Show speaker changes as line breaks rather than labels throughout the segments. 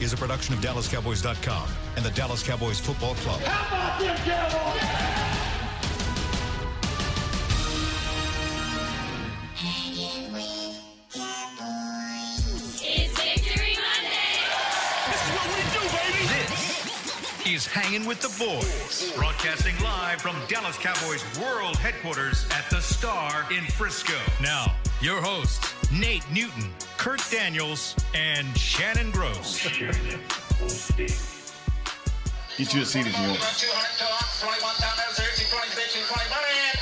is a production of DallasCowboys.com and the Dallas Cowboys Football Club.
How about them Cowboys?
Hanging with Cowboys.
It's Victory Monday.
This is Hanging with the Boys, broadcasting live from Dallas Cowboys World Headquarters at the Star in Frisco. Now, your hosts, Nate Newton, Kurt Daniels, and Shannon Gross.
Get you a seat if you
200
want.
to 21 down there, 30, 20, 15, 21 in.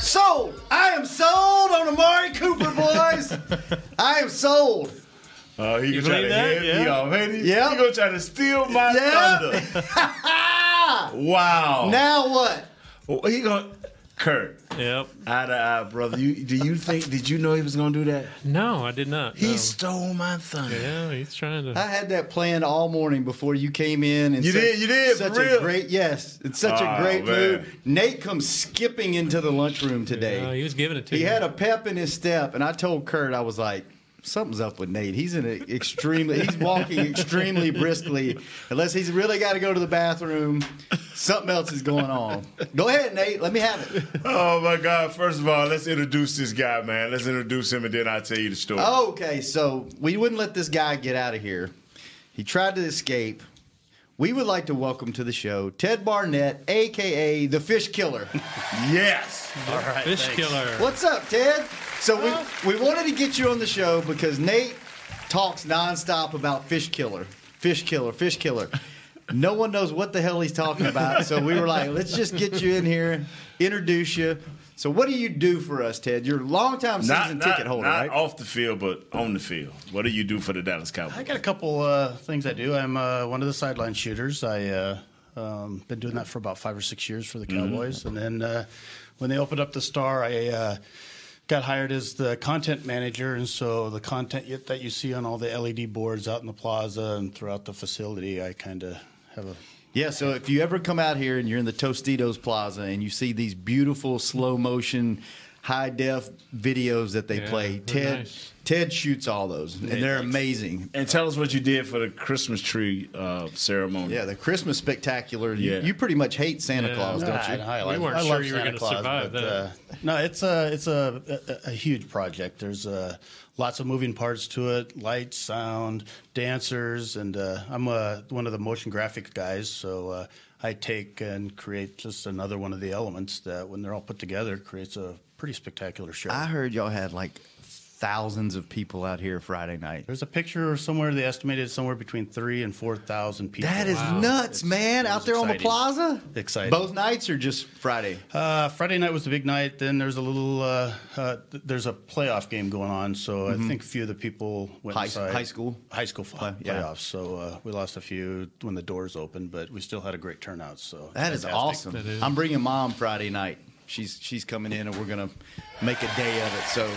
Sold. I am sold on Amari Cooper, boys. I am sold.
Uh, he gonna try to
believe that?
head me
Yeah.
already.
Yep.
He gonna try to steal my
Yep.
thunder. wow.
Ah! Now what?
Well, he gonna Kurt
Yep.
eye to eye, brother. You do you think? Did you know he was gonna do that?
No, I did not.
He
no.
stole my thunder.
yeah, he's trying to.
I had that planned all morning before you came in. And
You
such-
did, you did, for
Such
real.
a great yes. It's such
Oh,
a great
man.
move. Nate comes skipping into the lunchroom today.
No, he was giving it to
He
you.
had a pep in his step, and I told Kurt, I was like, something's up with Nate. He's in an extremely, he's walking extremely briskly. Unless he's really got to go to the bathroom, something else is going on. Go ahead, Nate. Let me have it.
Oh my God! First of all, let's introduce this guy, man. Let's introduce him, and then I'll tell you the story.
Okay, so we wouldn't let this guy get out of here. He tried to escape. We would like to welcome to the show Ted Barnett, aka the Fish Killer.
Yes.
Fish killer.
What's up, Ted? So we we wanted to get you on the show because Nate talks nonstop about fish killer, fish killer, fish killer. No one knows what the hell he's talking about, so we were like, let's just get you in here, introduce you. So what do you do for us, Ted? You're a longtime season
Not, not,
ticket holder,
not
right?
off the field, but on the field. What do you do for the Dallas Cowboys?
I got a couple uh, things I do. I'm uh, one of the sideline shooters. I uh, um, been doing that for about five or six years for the Cowboys, and then uh, when they opened up the Star, I uh, got hired as the content manager, and so the content y- that you see on all the LED boards out in the plaza and throughout the facility, I kind of have a
Yeah, so if you ever come out here and you're in the Tostitos Plaza and you see these beautiful slow motion, high def videos that they
Yeah,
play,
they're
Ted
nice.
Ted shoots all those, and they're amazing.
And tell us what you did for the Christmas tree uh, ceremony.
Yeah, the Christmas spectacular. You,
Yeah.
you pretty much hate Santa
Yeah.
Claus,
No,
don't
I-
you?
I
We
like-
weren't
I
sure
love
you were
Santa
gonna
Claus,
survive
but,
that.
uh, no, it's a it's a, a, a huge project. There's uh, lots of moving parts to it: lights, sound, dancers, and uh, I'm uh, one of the motion graphic guys, so uh, I take and create just another one of the elements that, when they're all put together, creates a pretty spectacular show.
I heard y'all had like thousands of people out here Friday night.
There's a picture or somewhere they estimated somewhere between three and four thousand people.
That is
Wow.
nuts, man!
it
Out
was
there on the
exciting.
plaza.
Exciting.
Both nights or just Friday?
Uh, Friday night was the big night. Then there's a little uh, uh, th- there's a playoff game going on, so I think a few of the people went
Mm-hmm. High-
inside.
high school?
high school fo-
Play- yeah.
playoffs. So uh, we lost a few when the doors opened, but we still had a great turnout. So
That is
fantastic.
awesome.
That is.
I'm bringing mom Friday night. She's she's coming in, and we're gonna make a day of it. So,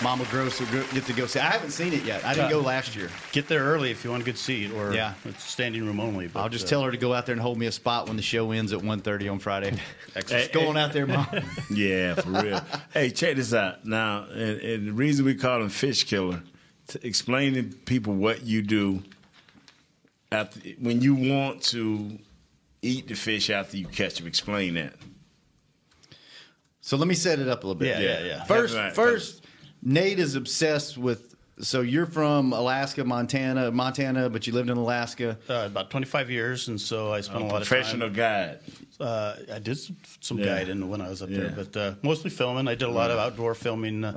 Mama Gross will go- get to go see. I haven't seen it yet. I didn't go last year.
Get there early if you want a good seat, or
Yeah.
it's standing room only. But,
I'll just
uh,
tell her to go out there and hold me a spot when the show ends at 1.30 on Friday. Just going out there, mom.
Yeah, for real. hey, check this out. Now, and, and the reason we call him Fish Killer, to explain to people what you do after when you want to eat the fish after you catch them. Explain that.
So let me set it up a little
Yeah,
bit.
yeah, yeah.
First,
That's right.
first, Nate is obsessed with. So you're from Alaska, Montana, Montana, but you lived in Alaska.
uh, about 25 years, and so I spent a lot of time.
Professional guide.
Uh, I did some, some
Yeah.
guiding when I was up there,
Yeah.
but uh, mostly filming. I did a lot of outdoor filming, uh,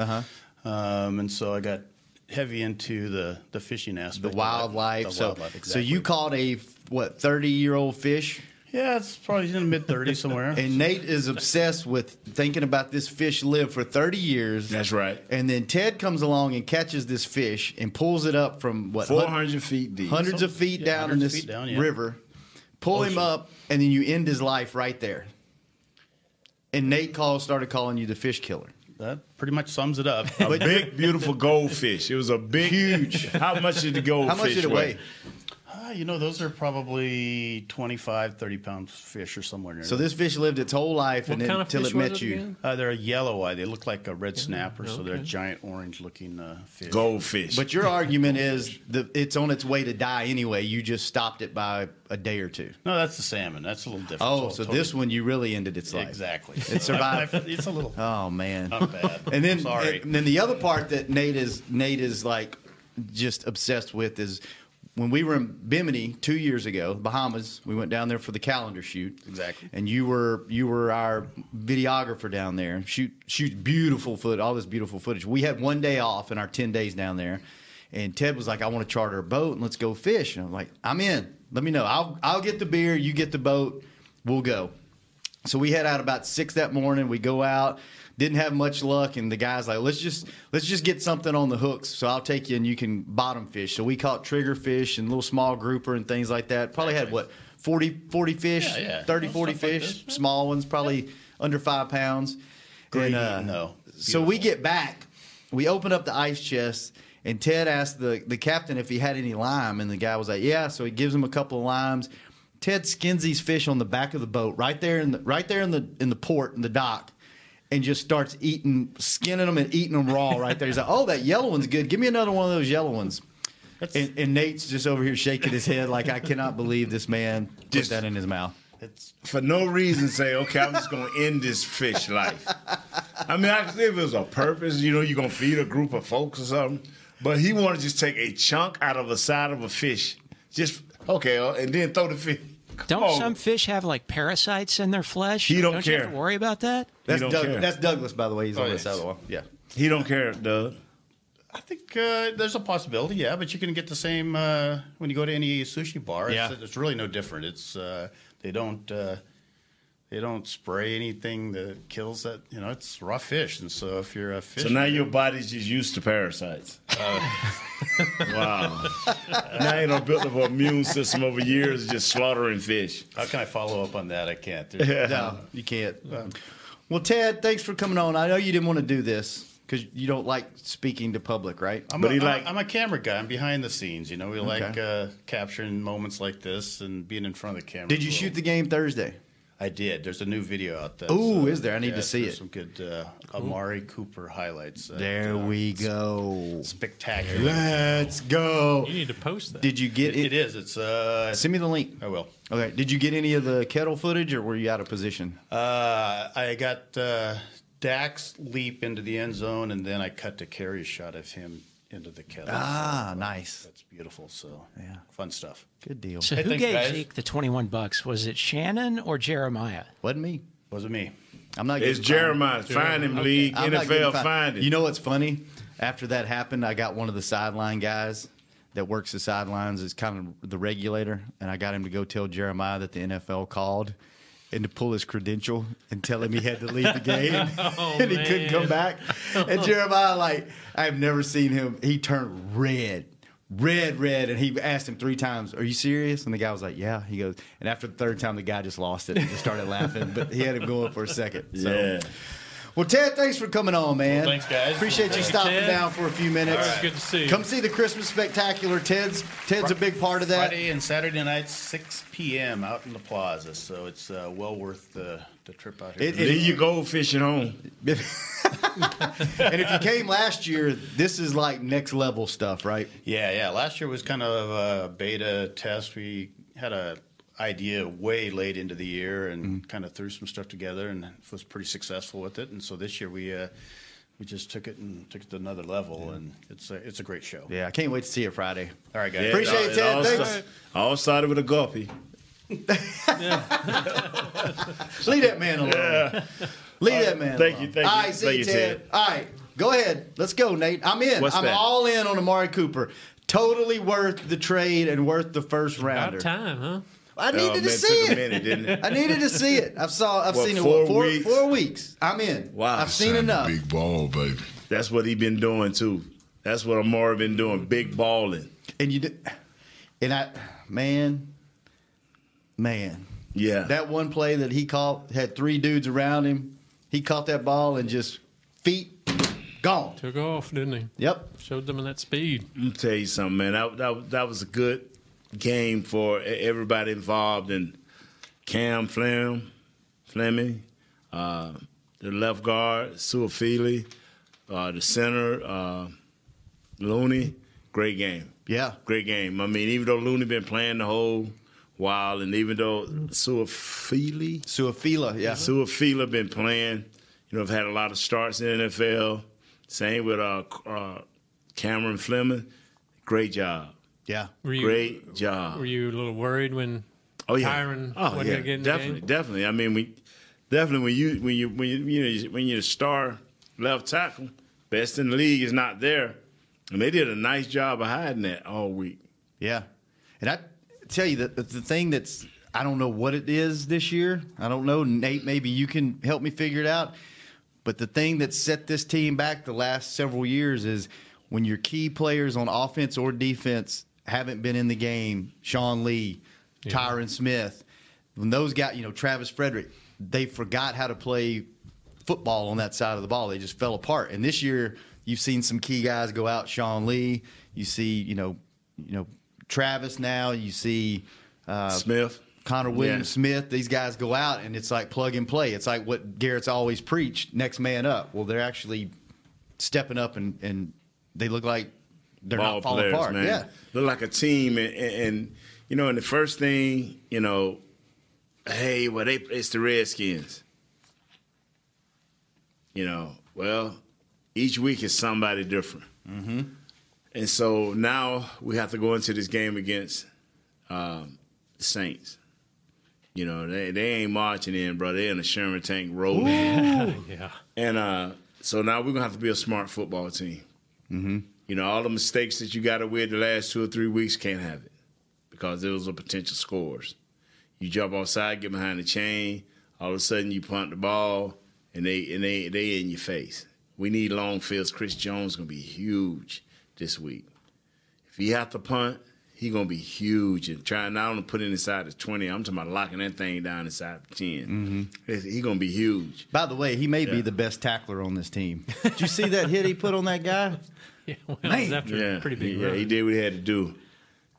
Uh-huh.
um, and so I got heavy into the, the fishing aspect,
The
of it.
wildlife.
The
so,
wildlife,
so you
exactly.
caught a what thirty year old fish,
yeah, it's probably in the mid 30s somewhere.
and Nate is obsessed with thinking about this fish live for thirty years.
That's right.
And then Ted comes along and catches this fish and pulls it up from what
Four
hun-
hundred feet deep.
hundreds of feet
Yeah,
down in
hundreds of
this
feet down, yeah.
river, pull him
Ocean.
up, and then you end his life right there. And Nate called, started calling you the fish killer.
that pretty much sums it up.
a big, beautiful goldfish. It was a big, huge. How much did the goldfish
How much did it weigh?
Ah, you know, those are probably 25, 30 pound fish or somewhere near
So
there.
this fish lived its whole life
What
and then
kind of
until
fish
it
was
met
it
you.
again?
Uh, they're a yellow eye. They look like a red snapper, so they're a
okay.
giant orange looking uh, fish.
Goldfish.
But your argument is the it's on its way to die anyway. You just stopped it by a day or two.
No, that's the salmon. That's a little different.
Oh,
It's
so
totally-
this one you really ended its life.
Exactly.
It survived.
it's a little
Oh man.
not bad.
And then,
sorry.
and then the other part that Nate is Nate is like just obsessed with is when we were in Bimini two years ago, Bahamas. We went down there for the calendar shoot.
Exactly.
And you were you were our videographer down there. Shoot shoot beautiful foot all this beautiful footage. We had one day off in our ten days down there, and Ted was like, "I want to charter a boat and let's go fish." And I'm like, "I'm in. Let me know. I'll I'll get the beer. You get the boat. We'll go." So we head out about six that morning. We go out, didn't have much luck, and the guy's like, "Let's just let's just get something on the hooks." So I'll take you, and you can bottom fish. So we caught trigger fish and little small grouper and things like that. Probably had what 40, 40 fish,
Yeah, yeah.
thirty,
Well,
forty 30, 40
stuff like
fish,
this.
small ones, probably under five pounds. uh,
Great eating, though.
So we get back, we open up the ice chest, and Ted asked the, the captain if he had any lime, and the guy was like, "Yeah." So he gives him a couple of limes. Ted skins these fish on the back of the boat, right there in the right there in the in the port in the dock, and just starts eating, skinning them and eating them raw right there. He's like, "Oh, that yellow one's good. Give me another one of those yellow ones." And, and Nate's just over here shaking his head like, "I cannot believe this man put
Just-
that in his mouth."
it's
for no reason say, okay, I'm just gonna end this fish life. I mean, I, if it was a purpose, you know, you're gonna feed a group of folks or something. But he wanted to just take a chunk out of the side of a fish, just okay, uh, and then throw the fish. Come
Don't
on.
some fish have like parasites in their flesh?
He don't
You have
care.
to worry about that.
That's
don't
Doug,
care.
that's Douglas, by the way. He's on
yeah.
this other one. Yeah.
he don't care, Doug.
I think uh, there's a possibility, yeah, but you can get the same uh, when you go to any sushi bar. It's,
Yeah.
it's really no different. It's uh, they don't uh, they don't spray anything that kills that. You know, it's raw fish, and so if you're a fish,
So now your body's just used to parasites. wow. now you done built up an immune system over years of just slaughtering fish.
how can I follow up on that? I can't.
No, you can't. Well, Ted, thanks for coming on. I know you didn't want to do this because you don't like speaking to public, right?
I'm
But
a,
he
I'm a-
like-
I'm a camera guy. I'm behind the scenes. You know, we like uh, capturing moments like this and being in front of the camera.
Did you shoot the game Thursday?
I did. There's a new video out there.
Ooh, is there? I need to see
there's
it.
Some good uh, Amari Cooper highlights. that,
There
uh,
we go.
Spectacular.
Let's go.
You need to post that.
Did you get
It- it
it?
is. It's. Uh,
Send me the link.
I will.
Okay. Did you get any of the kettle footage, or were you out of position?
Uh, I got uh, Dax leap into the end zone, and then I cut to carry a shot of him into the kettle.
Ah, nice.
That's beautiful. So
Yeah.
fun stuff.
Good deal.
So who
thanks,
gave
guys.
Zeke the twenty-one bucks? Was it Shannon or Jeremiah?
Wasn't me.
Wasn't me.
I'm not.
It's
getting fined.
Jeremiah. Find him, league.
I'm not getting
NFL,
fined.
find him.
You know what's funny? After that happened, I got one of the sideline guys that works the sidelines is kind of the regulator, and I got him to go tell Jeremiah that the NFL called and to pull his credential and tell him he had to leave the game and he couldn't come back. And Jeremiah, like, I've never seen him. He turned red. Red, red, and he asked him three times, "Are you serious?" And the guy was like, "Yeah." He goes, and after the third time, the guy just lost it and just started laughing. But he had him going for a second. So.
yeah.
Well, Ted, thanks for coming on, man.
Well, thanks, guys.
Appreciate you stopping
Ted.
down for a few minutes.
It's good to see you.
Come see the Christmas spectacular. Ted's Ted's a big part of that.
Friday and Saturday night, 6 p.m. out in the plaza. So it's uh, well worth the, the trip out here.
It- it-
Leave your goldfish at home.
and if you came last year, this is like next level stuff, right?
yeah, yeah. Last year was kind of a beta test. We had a idea way late into the year and
Mm-hmm.
kind of threw some stuff together and was pretty successful with it. And so this year we uh, we just took it and took it to another level. And it's a, it's a great show.
Yeah, I can't wait to see it Friday.
All right, guys.
Yeah,
Appreciate it,
all-
Ted.
all
Thanks.
sta- all started with a guppy.
Leave that man alone. Leave that man.
Thank
alone.
you, thank you,
All right, see
thank
you,
you,
Ted.
Ted.
All right, go ahead. Let's go, Nate. I'm in.
What's
I'm
that?
all in on Amari Cooper. Totally worth the trade and worth the first rounder.
About time, huh?
I needed
Oh, man,
to
it
see
took
it.
a minute, didn't it?
I needed to see it. I've saw. I've
What,
seen it
four
what, four,
weeks?
four weeks. I'm in.
Wow.
I've seen enough.
Big ball, baby.
That's what he been doing too. That's what Amari been doing. Big balling.
And you did. And I, man, man,
Yeah.
that one play that he caught had three dudes around him. He caught that ball and just feet gone.
Took off, didn't he?
Yep.
Showed them in that speed.
Let me tell you something, man. That, that, that was a good game for e- everybody involved and Cam Flam, Fleming, uh, the left guard, Suafili, uh, the center, uh, Looney. Great game.
Yeah.
Great game. I mean, even though Looney been playing the whole while, and even though Suafili,
Suafila, yeah.
Suafila been playing. You know, have had a lot of starts in the NFL. Same with uh, uh, Cameron Fleming. Great job.
yeah.
Were you,
Great job.
Were you a little worried when
oh yeah.
Tyron
oh
wasn't
yeah.
gonna get in the
definitely,
game?
definitely. I mean, we definitely when you when you when you, you know, when you're the star left tackle, best in the league is not there, and they did a nice job of hiding that all week.
Yeah, and I tell you that the, the thing that's I don't know what it is this year. I don't know, Nate. Maybe you can help me figure it out. But the thing that set this team back the last several years is when your key players on offense or defense haven't been in the game. Sean Lee, Tyron Smith, when those got you know Travis Frederick, they forgot how to play football on that side of the ball. They just fell apart. And this year, you've seen some key guys go out. Sean Lee, you see, you know, you know, Travis now. You see, uh,
Smith,
Connor Williams,
Yeah.
Smith. These guys go out, and it's like plug and play. It's like what Garrett's always preached: next man up. Well, they're actually stepping up, and and they look like they're
ball
not falling
players,
apart.
man.
Yeah,
Look like a team, and, and, and you know, and the first thing, you know, hey, well, they it's the Redskins. You know, well, each week is somebody different, mm-hmm. and so now we have to go into this game against um, the Saints. You know, they they ain't marching in, bro. They in a Sherman tank rolling.
Yeah.
And uh, so now we're gonna have to be a smart football team. Mm-hmm. You know, all the mistakes that you got away the last two or three weeks can't have it because those are potential scores. You jump outside, get behind the chain. All of a sudden, you punt the ball, and they and they they in your face. We need long fields. Chris Jones gonna be huge this week. If he have to punt, he gonna be huge and trying not only put it inside the twenty. I'm talking about locking that thing down inside the 10 He He gonna be huge.
By the way, he may be
Yeah.
the best tackler on this team. Did you see that hit he put on that guy?
Yeah. Well, it was after a pretty big
he, yeah,
run.
he did what he had to do.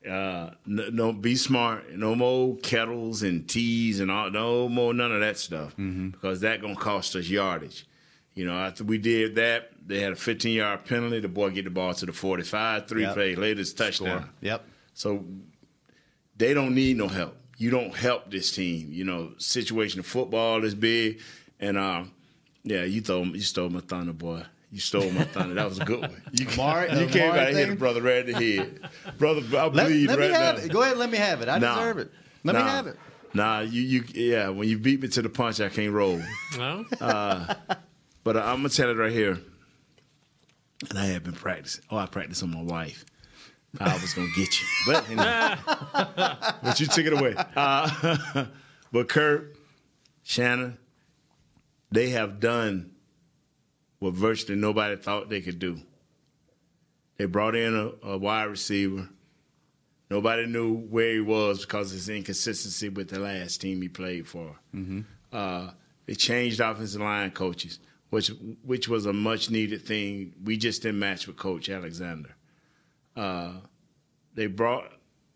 Uh, no, no, be smart. No more kettles and teas and all. No more none of that stuff
Mm-hmm.
because that gonna cost us yardage. You know, after we did that, they had a 15 yard penalty. The boy get the ball to the 45. Three
Yep.
plays later, it's touchdown.
Yep.
So they don't need no help. You don't help this team. You know, situation of football is big, and uh, yeah, you throw you stole my thunder, boy. You stole my thunder. That was a good one. You,
Amari-
you
the
came
Amari
out and hit a
thing?
brother right in the head, brother. I
Let,
bleed
let me
right
have
now.
it. Go ahead, let me have it. I
Nah.
deserve it. Let me
Nah.
have it.
Nah, you you yeah. When you beat me to the punch, I can't roll.
No?
But uh, I'm gonna tell it right here. And I have been practicing. Oh, I practiced on my wife. I was gonna get you, but you know. but you took it away. Uh, but Kurt, Shannon, they have done what virtually nobody thought they could do. They brought in a, a wide receiver. Nobody knew where he was because of his inconsistency with the last team he played for. Uh, they changed offensive line coaches, which which was a much needed thing. We just didn't match with Coach Alexander. Uh, they brought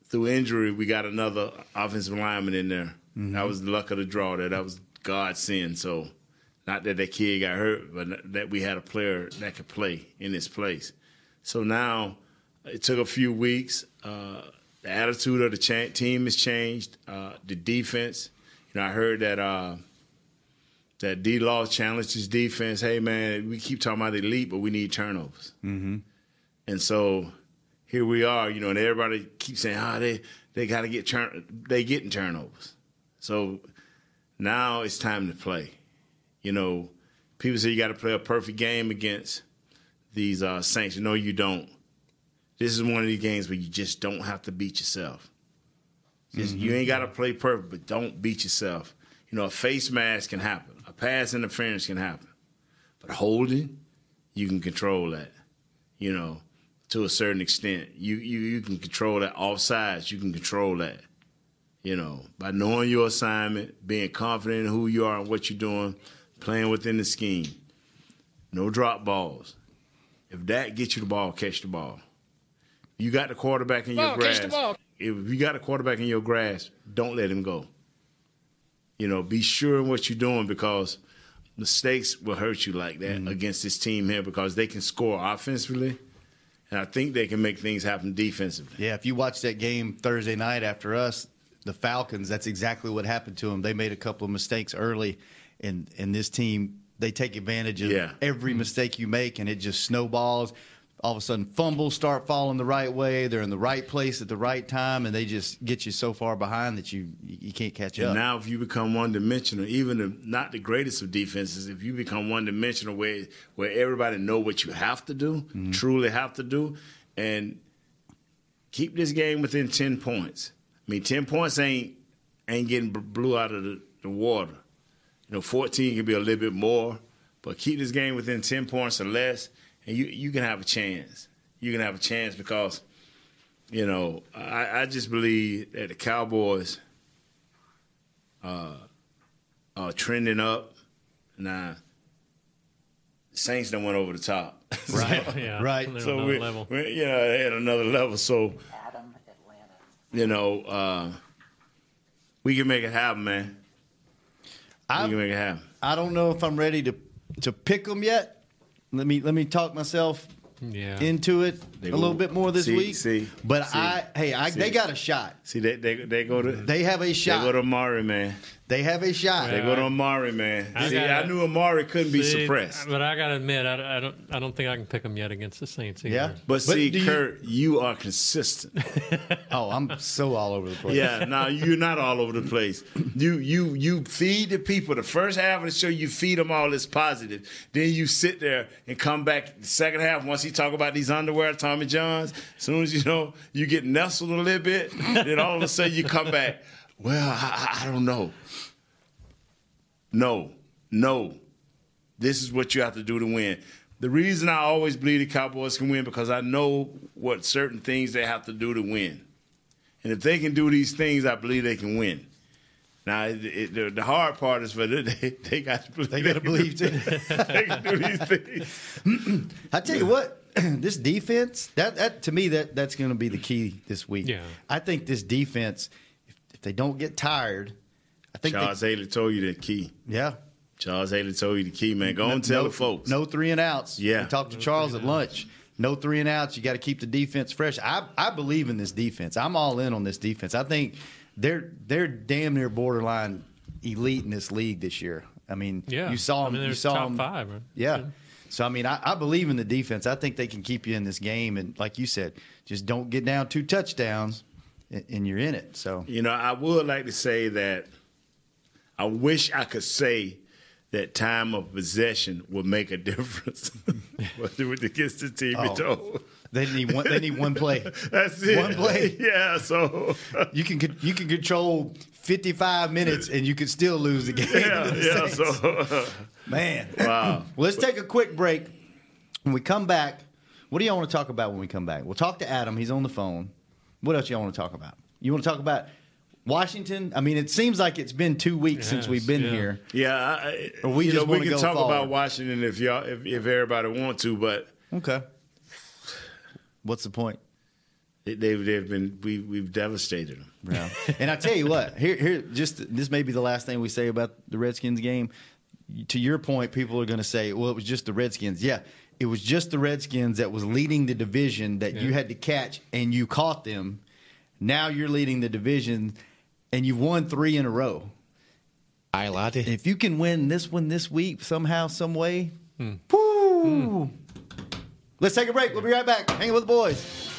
through injury. We got another offensive lineman in there. That was the luck of the draw. There, that was God's sin. So, not that that kid got hurt, but that we had a player that could play in his place. So now it took a few weeks. Uh, the attitude of the cha- team has changed. Uh, the defense, you know, I heard that uh, that D Law challenged his defense. Hey man, we keep talking about the elite, but we need turnovers. Mm-hmm. And so here we are, you know, and everybody keeps saying, ah, they they got to get turn, they getting turnovers. So now it's time to play. You know, people say you got to play a perfect game against these uh, Saints. No, you don't. This is one of these games where you just don't have to beat yourself. Just, You ain't got to play perfect, but don't beat yourself. You know, a face mask can happen, a pass interference can happen, but holding, you can control that. You know, to a certain extent, you you you can control that offsides. You can control that. You know, by knowing your assignment, being confident in who you are and what you're doing, playing within the scheme. No drop balls. If that gets you the ball, catch the ball. You got the quarterback in your grasp. if you got a quarterback in your grasp, don't let him go. You know, be sure in what you're doing because mistakes will hurt you like that against this team here because they can score offensively, and I think they can make things happen defensively.
Yeah, if you watch that game Thursday night after us, the Falcons, that's exactly what happened to them. They made a couple of mistakes early, and and this team they take advantage of
Yeah.
every mistake you make, and it just snowballs. All of a sudden, fumbles start falling the right way. They're in the right place at the right time, and they just get you so far behind that you you can't catch
And
up.
now, if you become one dimensional, even the, not the greatest of defenses, if you become one dimensional where where everybody know what you have to do, truly have to do, and keep this game within ten points. I mean, ten points ain't ain't getting b- blew out of the, the water. You know, fourteen can be a little bit more, but keep this game within ten points or less, and you you can have a chance. You can have a chance because. You know, I, I just believe that the Cowboys are uh, trending up. Now, Saints done went over the top.
Right. yeah.
Right.
They're
so
another
we,
level.
we- you know, they at another level. So, you know, uh, we can make it happen, man.
I-
we can make it happen.
I don't know if I'm ready to to pick them yet. Let me let me talk myself
Yeah.
into it
They
a little
will.
bit more this
See,
week.
see,
but
see,
I hey, I,
see.
they got a shot.
See, they they, they go to they,
They have a shot.
go to Amari, man.
have a shot.
They go to Amari, man.
I
see,
got
I
it.
knew Amari couldn't be
See,
suppressed.
But I gotta admit, I, I don't. I don't think I can pick them yet against the Saints either.
Yeah.
But
But
see,
do you-
Kurt, you are consistent.
Oh, I'm so all over the place.
Yeah, now you're not all over the place. You you you feed the people the first half of the show. You feed them all this positive. Then you sit there and come back the second half. Once he talk about these underwear, Tommy Johns. As soon as you know you get nestled a little bit, then all of a sudden you come back. Well, I, I- I don't know. No, no. This is what you have to do to win. The reason I always believe the Cowboys can win because I know what certain things they have to do to win. And if they can do these things, I believe they can win. Now, it, it, the, the hard part is for them, they, they got to believe.
They gotta believe too.
they can do these things.
I tell you what, this defense that that to me that that's going to be the key this week.
Yeah.
I think this defense, if, if they don't get tired, I think
Charles
they,
Haley told you the key.
yeah.
Charles Haley told you the key, man. Go and tell
no,
the folks.
No three and outs.
Yeah.
We talked to Charles at lunch. No three and outs. You got to keep the defense fresh. I, I believe in this defense. I'm all in on this defense. I think they're they're damn near borderline elite in this league this year. I mean,
Yeah.
you saw
I
them.
mean,
you
they're
saw
top
them.
five, right?
Yeah. So I mean, I, I believe in the defense. I think they can keep you in this game, and like you said, just don't get down two touchdowns, and, and you're in it. So
You know, I would like to say that I wish I could say that time of possession would make a difference with against the team.
Oh.
it don't.
they need one. They need one play.
That's it.
One play.
Yeah, so.
You can you can control 55 minutes, and you can still lose the game.
Yeah, yeah, so.
Man.
Wow.
Well, let's take a quick break. When we come back, what do y'all want to talk about when we come back? We'll talk to Adam. He's on the phone. What else y'all want to talk about? You want to talk about Washington? I mean, it seems like it's been two weeks since
Yes,
we've been
yeah.
here.
Yeah, I,
Or we
you
just
know, we
wanna
can
go
talk
forward.
about Washington if y'all if, if everybody want to, but
Okay. What's the point?
they- they've they've been we we've devastated them.
Yeah. and I tell you what, here, here, just this may be the last thing we say about the Redskins game. To your point, people are going to say, "Well, it was just the Redskins." Yeah, it was just the Redskins that was leading the division that you
Yeah.
had to catch, and you caught them. Now you're leading the division, and you've won three in a row. I lied. If you can win this one this week somehow, some way, woo. Let's take a break. We'll be right back. Hanging with the boys.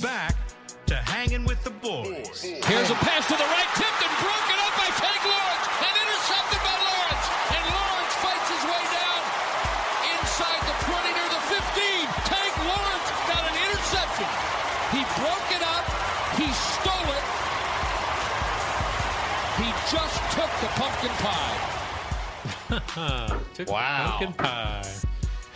Back to hanging with the boys.
Here's a pass to the right, tipped and broken up by Tank Lawrence and intercepted by Lawrence. And Lawrence fights his way down inside the 20 near the 15. Tank Lawrence got an interception. He broke it up. He stole it. He just took the pumpkin pie.
wow. Pumpkin pie.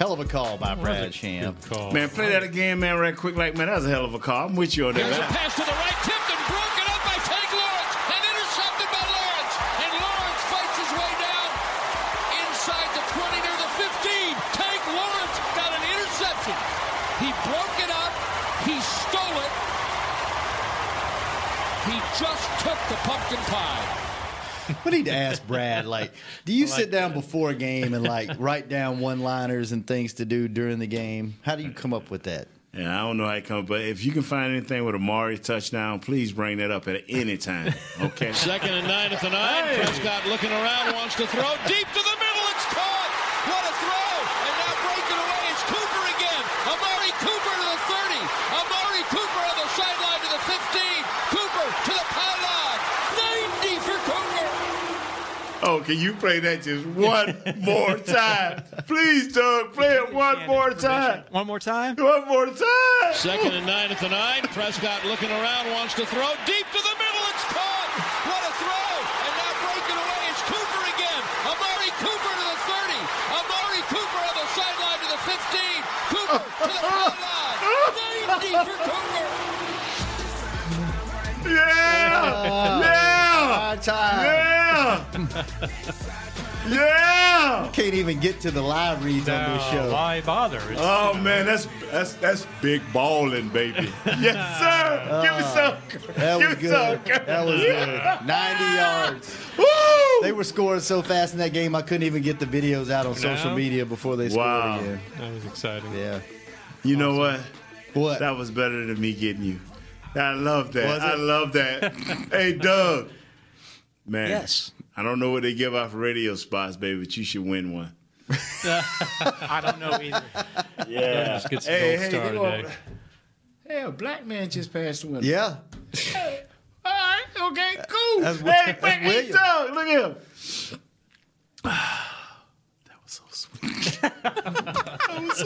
Hell of a call by
was a
Brad Champ.
Man, play that again, man, right quick, like man. That was a hell of a call. I'm with you on
Here's a
that.
pass to the right, tipped and broken up by Tank Lawrence and intercepted by Lawrence. And Lawrence fights his way down inside the 20 near the 15. Tank Lawrence got an interception. He broke it up. He stole it. He just took the pumpkin pie.
We need to ask Brad, like, do you sit down before a game and like write down one liners and things to do during the game? How do you come up with that?
Yeah, I don't know how it comes, but if you can find anything with a Mari touchdown, please bring that up at any time. Okay.
Second and nine at the nine. Prescott looking around, wants to throw deep to the middle. It's caught. What a throw! And now breaking away is Cooper again. Amari Cooper to the 30. Amari Cooper on the sideline to the 15. Cooper to the pylon. 90 for Cooper.
Oh, can you play that just one more time? Please, Doug, play it one more time.
One more time?
One more time.
Second and nine at the nine. Prescott looking around, wants to throw deep to the middle. It's caught. What a throw! And now breaking away is Cooper again. Amari Cooper to the 30. Amari Cooper on the sideline to the 15. Cooper to the pylon. 90 for Cooper.
Yeah! Yeah! Yeah! Yeah!
Can't even get to the live reads on this show.
Why bother? oh man, that's that's that's big balling, baby. yes, sir. Give me some.
Ah, That was
give me
good.
some.
That was
Yeah.
good. 90 yards.
Woo!
They were scoring so fast in that game, I couldn't even get the videos out on social
No?
media before they scored
Wow.
again.
That was exciting.
Yeah.
You know what?
What?
That was better than me getting you. I love that.
Was it?
I love that. hey, Doug. Man.
Yes.
I don't know what they give out for radio spots, baby, but you should win one.
I don't know either.
Yeah. Just gets a
Hey,
gold
hey,
star
they gonna-
today.
Hey, a black man just passed the window.
Yeah.
All right. Okay. Cool.
That's-
hey,
that's
quick, hey,
William.
Doug. Look at him. that was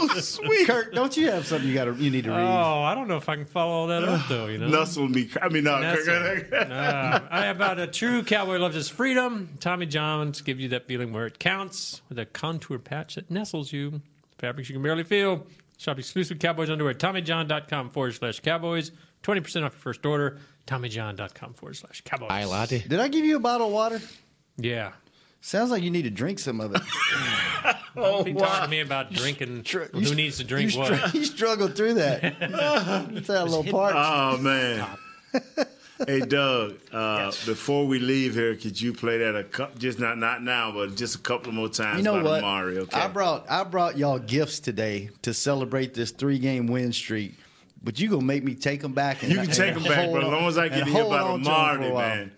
so sweet.
Kirk, don't you have something you got to you need to read?
Oh, I don't know if I can follow all that up though. You know,
Nuzzle me. I mean, no,
Nuzzle.
Kirk.
Nah, I about a true cowboy loves his freedom. Tommy John's gives you that feeling where it counts with a contour patch that nestles you. Fabrics you can barely feel. Shop exclusive Cowboys underwear. TommyJohn.com forward slash Cowboys. 20% off your first order. TommyJohn.com forward slash Cowboys.
Hi, latte. Did I give you a bottle of water?
Yeah.
Sounds like you need to drink some of it.
Oh, Don't be talking to me about drinking. who needs to drink
you,
what?
str- you struggled through that. It's that little part.
Oh man. hey Doug, uh, before we leave here, could you play that a couple? Just not not now, but just a couple more times.
you know
by
what?
Amari, okay.
I brought I brought y'all gifts today to celebrate this three game win streak. But you gonna make me take them back. And
you can
and
take them back,
hold
bro. As
on-
long as I
and
get to hear
hold
about
on to 'em for
Amari,
a while.
man.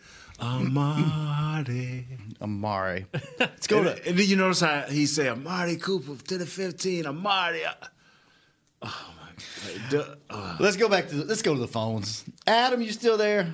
Amari.
Amari. Let's go
and,
to.
And then you notice how he said Amari Cooper to the fifteen. Amari. uh, Oh my
Let's go back to the, let's go to the phones. Adam, you still there?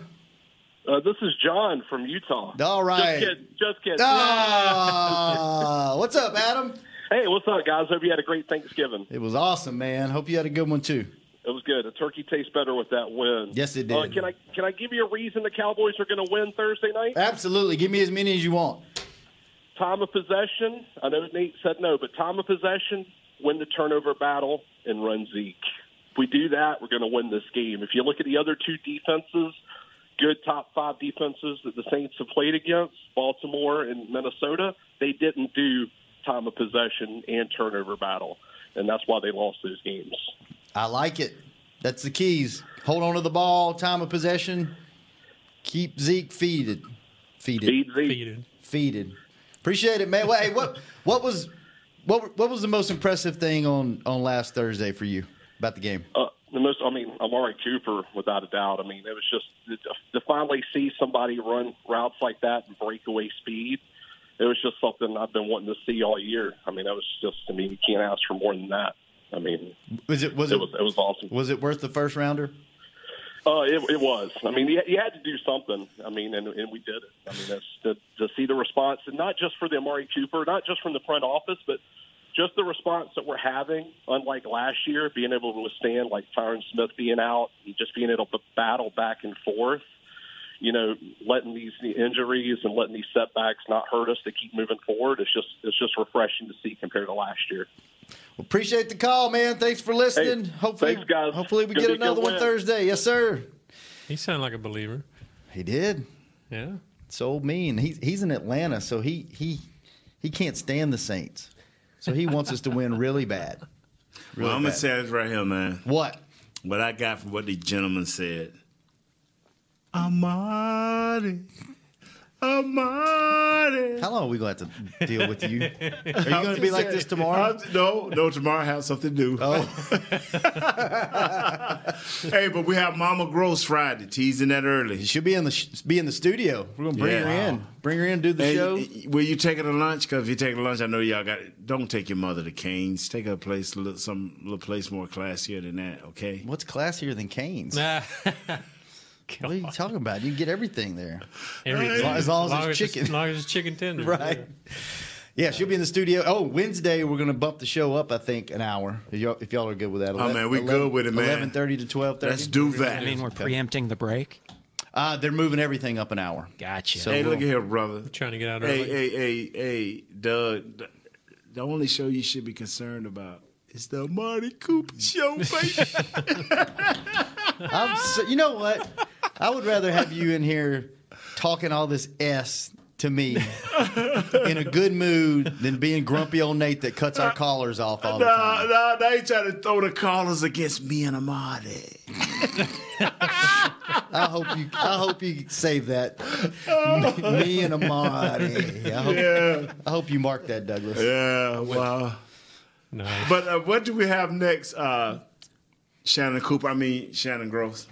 Uh, this is John from Utah.
All right.
Just kidding. Just kidding.
Ah, what's up, Adam?
Hey, what's up, guys? Hope you had a great Thanksgiving.
It was awesome, man. Hope you had a good one too.
It was good. The turkey tastes better with that win.
Yes, it did.
Uh, can I can I give you a reason the Cowboys are going to win Thursday night?
Absolutely. Give me as many as you want.
Time of possession. I know Nate said no, but time of possession, win the turnover battle, and run Zeke. If we do that, we're going to win this game. If you look at the other two defenses, good top five defenses that the Saints have played against, Baltimore and Minnesota, they didn't do time of possession and turnover battle, and that's why they lost those games.
I like it. That's the keys. Hold on to the ball, time of possession. Keep Zeke feeded. Feeded.
Feed Zeke.
Feeded. Feeded. Appreciate it, man. Well, hey, what what was what what was the most impressive thing on on last Thursday for you about the game?
Uh, the most, I mean, Amari Cooper, without a doubt. I mean, it was just to finally see somebody run routes like that and breakaway speed. It was just something I've been wanting to see all year. I mean, that was just, I mean, you can't ask for more than that. I mean,
Was it was
it
it,
was it was awesome.
was it worth the first rounder?
Uh, it, it was. I mean, you, you had to do something. I mean, and, and we did it. I mean, that's to, to see the response, and not just for the Amari Cooper, not just from the front office, but just the response that we're having. Unlike last year, being able to withstand like Tyron Smith being out, and just being able to battle back and forth. You know, letting these injuries and letting these setbacks not hurt us to keep moving forward. It's just it's just refreshing to see compared to last year.
Well, appreciate the call, man. Thanks for listening.
Hey,
hopefully,
thanks, guys.
hopefully we get
Gonna be a good
another one
win.
Thursday. Yes, sir.
He sounded like a believer.
He did.
Yeah.
So mean. He's he's in Atlanta, so he he he can't stand the Saints. So he wants us to win really bad. Really
well, I'm gonna
bad.
say this right here, man.
What?
What I got from what the gentleman said. Amari. Amari.
How long are we going to have to deal with you? Are you going to be like this tomorrow?
I'm- no, no. Tomorrow I have something to do.
Oh.
hey, but we have Mama Gross Friday teasing that early. You
should be in the sh- be in the studio. We're gonna bring her in. Bring her in. Do the show.
Will you take her to lunch? Because if you take her to lunch, I know y'all got. Don't take your mother to Canes. Take her a place, a little, some little place more classier than that. Okay.
What's classier than Canes? What are you talking about? You can get everything there. As long- as long as it's chicken.
As long as it's chicken tender.
Right. Yeah, she'll be in the studio. Oh, Wednesday we're going to bump the show up. I think an hour. If y'all, if y'all are good with that.
Oh, man, we good with it, man.
Eleven thirty to twelve thirty.
Let's do that. I mean, we're
preempting the break. Uh, they're moving everything up an hour. Gotcha.
hey, look at here, brother.
Trying to get out
Hey,
early.
hey, hey, hey, Doug. th- The only show you should be concerned about is the Marty Cooper show, baby.
I'm so, you know what? I would rather have you in here talking all this s to me in a good mood than being grumpy old Nate that cuts our collars off all the time.
nah, nah, they trying to throw the callers against me and Amari.
I hope you. I hope you save that. Me and Amari. I hope,
Yeah.
I hope you mark that, Douglas.
Yeah, wow. But uh, what do we have next? Uh, Shannon Cooper, I mean Shannon Gross.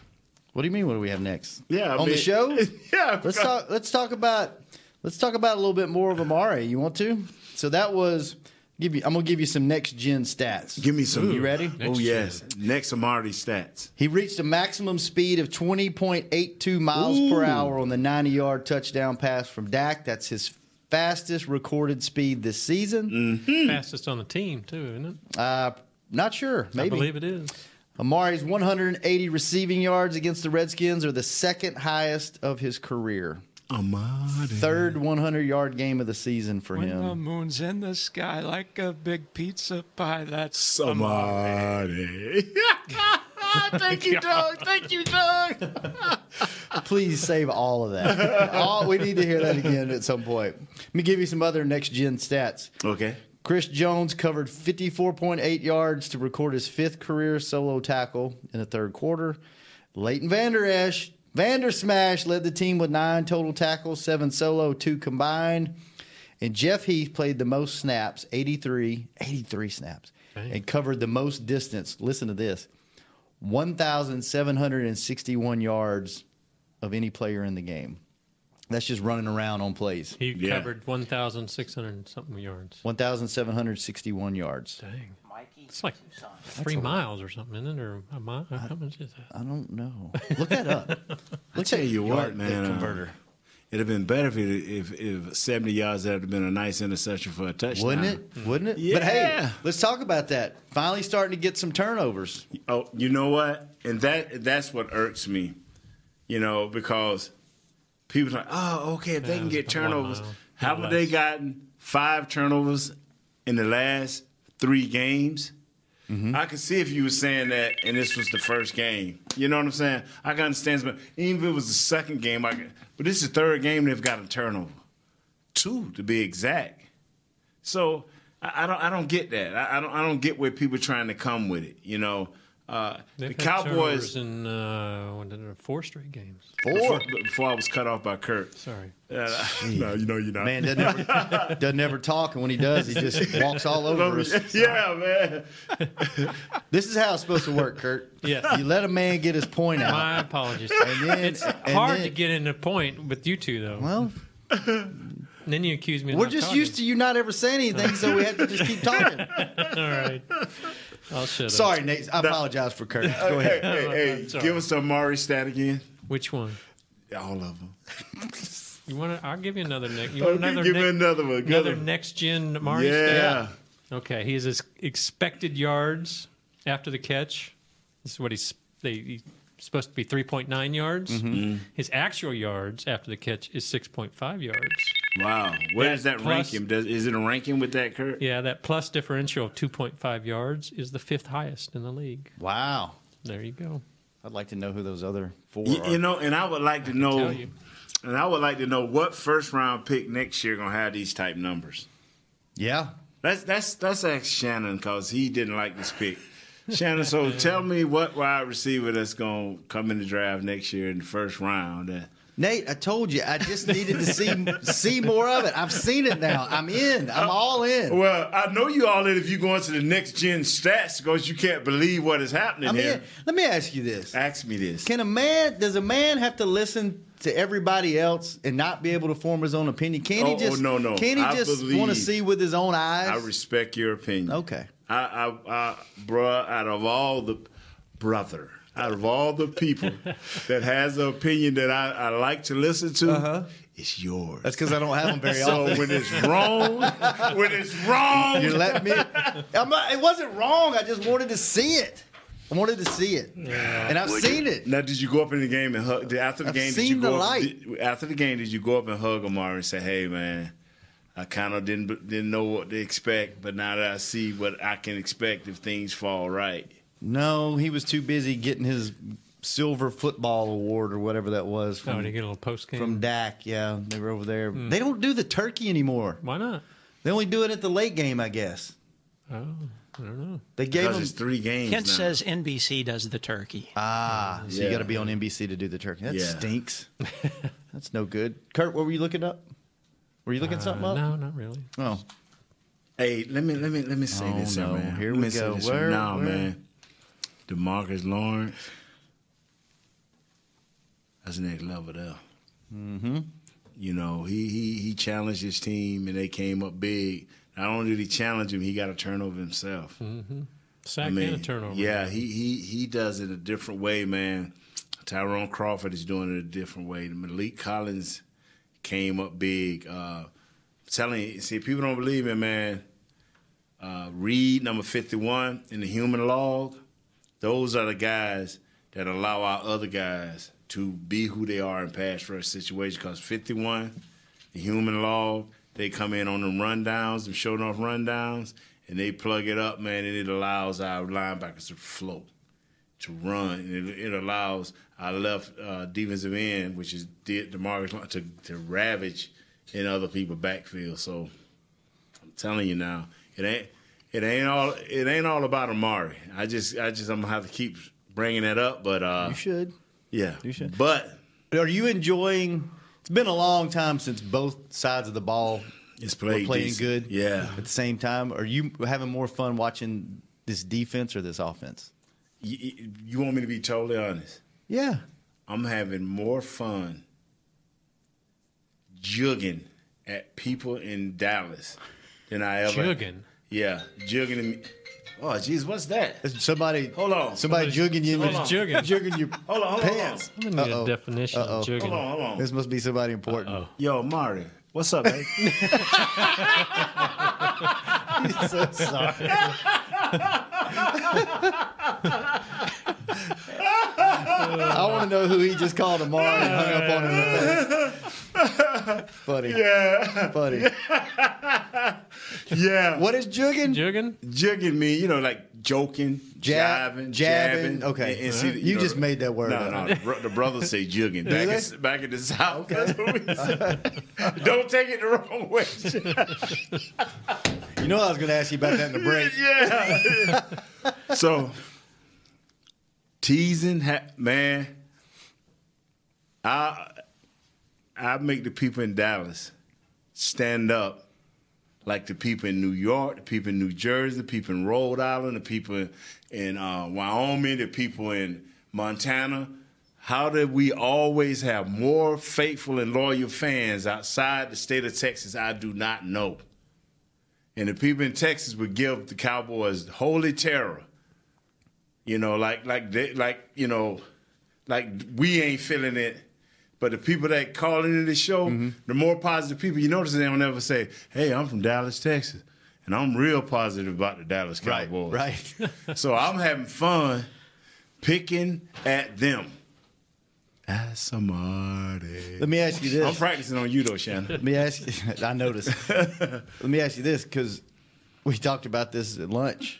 What do you mean? What do we have next?
Yeah, I
on the
mean-
show.
yeah,
let's talk. Let's talk about. Let's talk about a little bit more of Amari. You want to? So that was. Give you. I'm gonna give you some next gen stats.
Give me some.
You ready?
oh yes. Next Amari stats.
He reached a maximum speed of 20.82 miles per
Ooh.
hour on the 90 yard touchdown pass from Dak. That's his fastest recorded speed this
Mm.
season.
Fastest on the team, too, isn't it?
Uh, not sure. Maybe.
I believe it is.
Amari's 180 receiving yards against the Redskins are the second highest of his career.
Amari.
Third 100 yard game of the season for
When
him.
the moon's in the sky like a big pizza pie, that's
Somebody.
Thank you, Doug. Thank you, Doug.
Please save all of that. all, we need to hear that again at some point. Let me give you some other next gen stats.
Okay.
Chris Jones covered 54.8 yards to record his fifth career solo tackle in the third quarter. Leighton Vander Esch, Vander Smash led the team with nine total tackles, seven solo, two combined. And Jeff Heath played the most snaps, 83, 83 snaps, and covered the most distance. Listen to this 1,761 yards of any player in the game. That's just running around on plays.
He covered 1,600 and something yards.
1,761 yards.
Dang. It's like three
a lot.
miles or something, isn't it? Or a mile? How much is that?
I don't know. Look that up.
I tell you what, man. uh,
Converter.
It'd have been better if, it, if if seventy yards that'd have been a nice interception for a touchdown,
Wouldn't it? Wouldn't it?
Yeah.
But hey, let's talk about that. Finally starting to get some turnovers.
Oh, you know what? And that that's what irks me, you know, because people are like, oh, okay, if they
Yeah,
can
it's
get
about one
turnovers,
mile,
how
no
have they
less.
gotten five turnovers in the last three games?
Mm-hmm.
I could see if you were saying that, and this was the first game. You know what I'm saying? I can understand, but even if it was the second game, I could, but this is the third game they've got a turnover, two to be exact. So I, I don't I don't get that. I, I don't I don't get where people are trying to come with it. You know, uh, the
They've had turnovers
Cowboys.
in uh, what, uh, four straight games.
Before, before I was cut off by Kurt.
Sorry.
Uh, no, you know you're not.
Man doesn't ever, doesn't ever talk, and when he does, he just walks all over us.
Yeah, man.
This is how it's supposed to work, Kurt.
Yeah.
You let a man get his point out.
My apologies.
And then-
it's
and
hard
then-
to get in a point with you two, though.
Well,
then you accuse me. Of
We're
not
just
talking.
used to you not ever saying anything, so we have to just keep talking.
All right. I'll shut up.
Sorry, Nate. I apologize for Kurt. Go ahead.
Hey, hey, give us some Mari stat again.
Which one?
All of them.
You want? I'll give you another next. You want
Okay,
another?
give me
next-
another one. Good
Another
one.
next gen Mari.
Yeah.
stat? Okay. He has his expected yards after the catch. This is what he's they he's supposed to be three point nine yards.
Mm-hmm.
Mhm. Mm.
His actual yards after the catch is six point five yards.
Wow, where does that rank
plus-
him? Does, is it a ranking with that, Kurt?
Yeah, that plus differential of 2.5 yards is the fifth highest in the league.
Wow.
There you go.
I'd like to know who those other four
Y-
are.
You know, and I would like to know,
tell you.
and I would like to know what first round pick next year gonna have these type numbers.
Yeah,
that's that's that's ask Shannon because he didn't like this pick. Shannon, so tell me what wide receiver that's gonna come in the draft next year in the first round. Uh,
Nate, I told you, I just needed to see see more of it. I've seen it now. I'm in. I'm all in.
Well, I know you all in if you go into the next gen stats because you can't believe what is happening
I mean,
here.
Let me ask you this.
Ask me this.
Can a man does a man have to listen to everybody else and not be able to form his own opinion? Can
Oh,
he just
oh, no, no.
Can he
I
just
believe-
want to see with his own
I
eyes?
respect your opinion.
Okay.
I, I, I, bruh, out of all the, brother, out of all the people that has an opinion that I, I like to listen to,
Uh-huh.
it's yours. That's
because I don't have them very
so
often.
when it's wrong, when it's wrong,
You let me. I'm not, it wasn't wrong. I just wanted to see it. I wanted to see it, and I've
Would
seen
you-
it.
Now, did you go up in the game and hug? Did, after the
I've
game, did
seen
you
the
go up,
light.
did- after the game, did you go up and hug Amari and say, "Hey, man"? I kind of didn't didn't know what to expect, but now that I see what I can expect if things fall right,
No, he was too busy getting his silver football award or whatever that was.
Oh, did he get a little Hmm. post game?
from Dak? Yeah, they were over there. They don't do the turkey anymore.
Why not?
They only do it at the late game, I guess.
Oh, I don't know.
They gave
Because
him
it's three games
Kent
now.
says NBC does the turkey.
Uh,
Ah, so
Yeah.
you got to be on NBC to do the turkey. That
Yeah.
stinks. That's no good. Kurt, what were you looking up? Were you looking something up?
No, not really.
Oh.
Hey, let me let me let me say
Oh,
this,
no.
man.
Here
Let
we
me say
go.
this right
Where-
now,
where?
man. Demarcus Lawrence, that's the next level there. Mm-hmm. You know, he he he challenged his team, and they came up big. Not only did he challenge him, he got a turnover himself.
Mm-hmm. Sack
I mean,
and a turnover.
Yeah, he he he does it a different way, man. Tyrone Crawford is doing it a different way. Malik Collins came up big. Uh, telling you, see, people don't believe me, man. Uh, Reed, number fifty-one in the Human Log. Those are the guys that allow our other guys to be who they are in pass rush situations. Because fifty-one, the Human Log, they come in on them rundowns, them showing off rundowns, and they plug it up, man, and it allows our linebackers to float, to run, and it, it allows our left uh, defensive end, which is De- Demarcus, Lawrence, to to ravage in other people's backfield. So I'm telling you now, it ain't it ain't all it ain't all about Amari. I just I just I'm gonna have to keep bringing that up, but uh,
You should.
yeah,
You should.
But
are you enjoying? It's been a long time since both sides of the ball
is
playing
played decent.
good.
Yeah.
At the same time, are you having more fun watching this defense or this offense?
you, you want me to be totally honest?
Yeah.
I'm having more fun jugging at people in Dallas than I ever
Jugging?
Yeah, jugging. and- Oh, jeez, what's that?
Somebody, hold
on.
Somebody jugging you. in
Somebody's
your-
jugging.
jugging your
Hold on, hold on, hold
pants.
on. Let me get a
Uh-oh.
definition of
Uh-oh.
jugging. Hold on, hold on.
This must be somebody important.
Yo, Mari, what's up, man?
He's so sorry. I want to know who he just called tomorrow and hung up on him. Funny.
Yeah.
Funny.
yeah.
What is jugging?
Jugging?
Jugging mean, you know, like joking,
Jab-
jiving, jabbing.
jabbing. Okay. Uh-huh.
and- and see the-
You just made that word
No,
up.
no. The, bro- the brothers say jugging.
Do
Back,
they?
in, back in the South. That's what we say. Don't take it the wrong way.
You know I was going to ask you about that in the break.
yeah. so teasing, ha- man. I I make the people in Dallas stand up like the people in New York, the people in New Jersey, the people in Rhode Island, the people in uh, Wyoming, the people in Montana. How did we always have more faithful and loyal fans outside the state of Texas? I do not know. And the people in Texas would give the Cowboys holy terror. You know, like like they, like you know, like we ain't feeling it. But the people that call into the show, the more positive people, you notice they don't ever say, "Hey, I'm from Dallas, Texas, and I'm real positive about the Dallas Cowboys." Right. right. so I'm having fun picking at them. As somebody.
Let me ask you this.
I'm practicing on you though, Shannon.
Let me ask you. I noticed. Let me ask you this because we talked about this at lunch.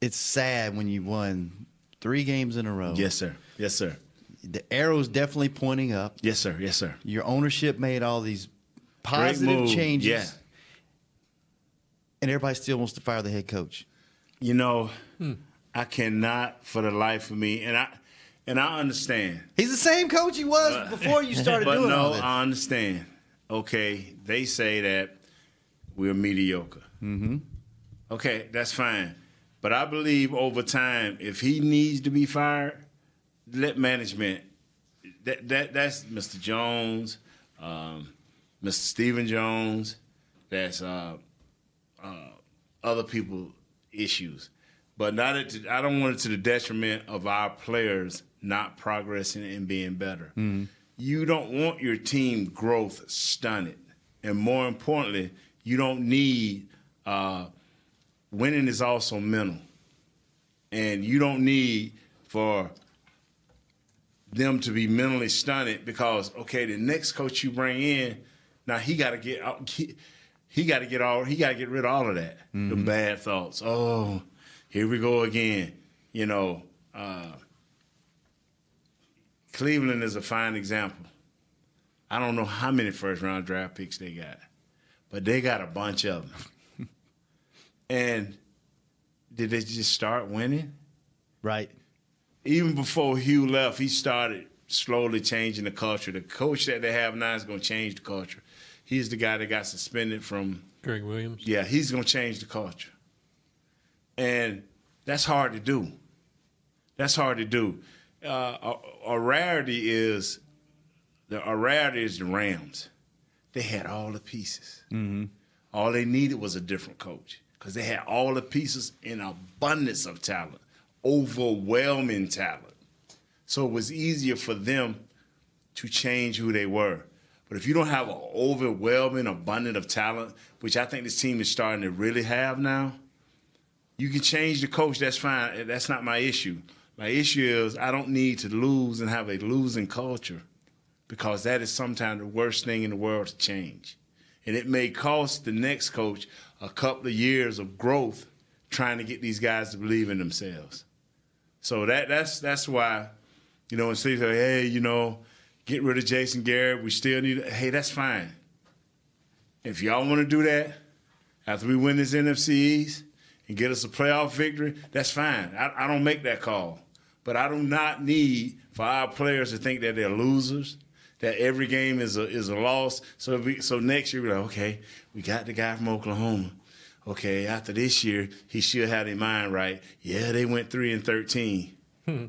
It's sad when you won three games in a row.
Yes, sir. Yes, sir.
The arrow's definitely pointing up.
Yes, sir. Yes, sir.
Your ownership made all these
Great
positive
move.
changes.
Yeah.
And everybody still wants to fire the head coach.
You know, I cannot for the life of me, and I and I understand.
He's the same coach he was before you started
but
doing
no, um,
all this.
I understand. Okay, they say that we're mediocre. Mm-hmm. Okay, that's fine. But I believe over time, if he needs to be fired, let management. That that that's Mr. Jones, um, Mr. Stephen Jones. That's uh, uh, other people issues. But not at the, I don't want it to the detriment of our players not progressing and being better you don't want your team growth stunted. And more importantly, you don't need uh, winning is also mental. And you don't need for them to be mentally stunted because okay, the next coach you bring in, now he got to get out. He, he got to get all. He got to get rid of all of that. The bad thoughts. Oh, here we go again. You know, uh, Cleveland is a fine example. I don't know how many first round draft picks they got, but they got a bunch of them. and did they just start winning?
Right.
Even before Hugh left, he started slowly changing the culture. The coach that they have now is going to change the culture. He's the guy that got suspended from
Greg Williams.
yeah, he's going to change the culture. And that's hard to do. That's hard to do. Uh, a, a rarity is the a rarity is the Rams. They had all the pieces.
Mm-hmm.
All they needed was a different coach because they had all the pieces in abundance of talent, overwhelming talent. So it was easier for them to change who they were. But if you don't have an overwhelming abundance of talent, which I think this team is starting to really have now, you can change the coach. That's fine. That's not my issue. My issue is I don't need to lose and have a losing culture because that is sometimes the worst thing in the world to change. And it may cost the next coach a couple of years of growth trying to get these guys to believe in themselves. So that that's that's why, you know, when Steve said, hey, you know, get rid of Jason Garrett, we still need hey, that's fine. If y'all want to do that, after we win this NFC East and get us a playoff victory, that's fine. I, I don't make that call. But I do not need for our players to think that they're losers, that every game is a, is a loss. So we, so next year, we're like, okay, we got the guy from Oklahoma. Okay, after this year, he should have their mind right. Yeah, they went 3 and 13.
Hmm.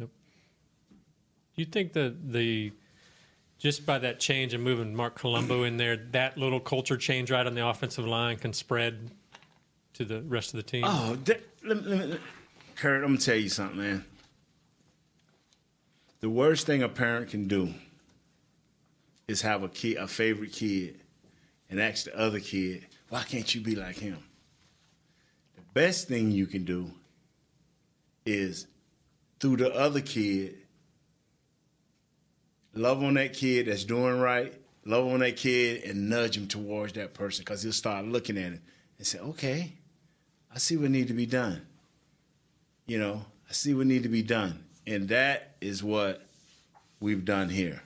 Yep. You think that the just by that change and moving Mark Colombo in there, that little culture change right on the offensive line can spread to the rest of the team?
Oh, that, let, me- let me- Kurt, I'm gonna tell you something, man. The worst thing a parent can do is have a kid, a favorite kid, and ask the other kid, "Why can't you be like him?" The best thing you can do is through the other kid, love on that kid that's doing right, love on that kid, and nudge him towards that person because he'll start looking at it and say, "Okay." I see what need to be done. You know, I see what need to be done. And that is what we've done here.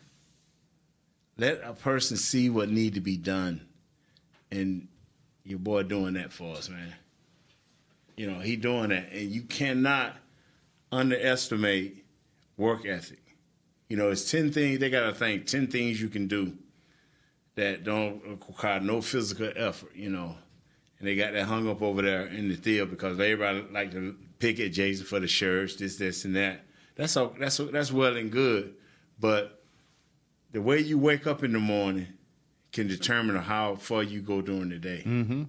Let a person see what need to be done. And your boy doing that for us, man. You know, he doing that. And you cannot underestimate work ethic. You know, it's 10 things, they got to think 10 things you can do that don't require no physical effort, you know and they got that hung up over there in the field because everybody like to pick at Jason for the shirts, this, this, and that. That's all. That's that's well and good, but the way you wake up in the morning can determine how far you go during the day.
Mm-hmm.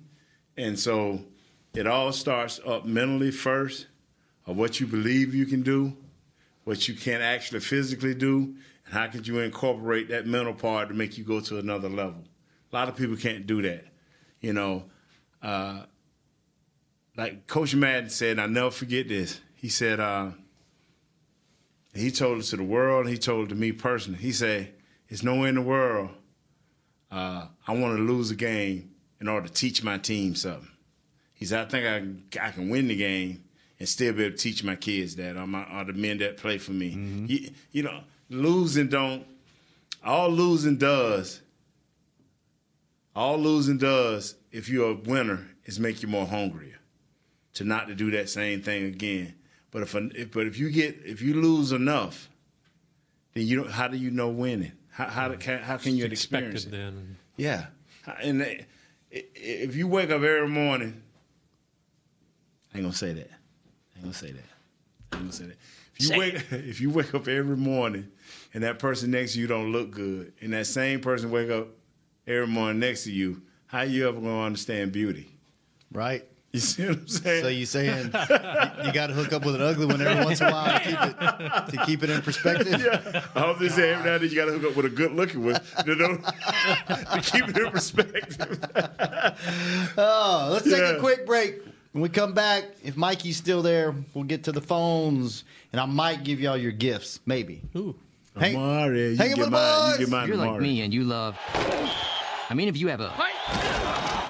And so it all starts up mentally first of what you believe you can do, what you can actually physically do, and how could you incorporate that mental part to make you go to another level. A lot of people can't do that. You know, uh, like Coach Madden said, and I'll never forget this. He said, uh, he told it to the world, he told it to me personally. He said, it's nowhere in the world uh, I want to lose a game in order to teach my team something. He said, I think I, can- I can win the game and still be able to teach my kids that or, my, or the men that play for me. You, you know, losing don't, all losing does, all losing does, if you're a winner, is make you more hungrier to not to do that same thing again. But if, if but if you get if you lose enough, then you don't. How do you know winning? How how, do- can, how can you
It's expected
experience it?
then.
Yeah, and they- i- i- if you wake up every morning, I ain't gonna say that. I ain't gonna say that. I ain't gonna say that. If you wake if you wake up every morning and that person next to you don't look good, and that same person wake up every morning next to you, how you ever gonna understand beauty?
Right.
You see what I'm saying?
So you saying you, got to hook up with an ugly one every once in a while to keep it, to keep it in perspective?
Yeah. I'm just saying every now and then you got to hook up with a good looking one to, know, to keep it in perspective.
Uh,
Oh, let's take
Yeah.
a quick break. When we come back, if Mikey's still there, we'll get to the phones, and I might give y'all your gifts, maybe. Ooh, hang,
Amari,
hang it with the boys.
You're like me and you love. I mean, if you have a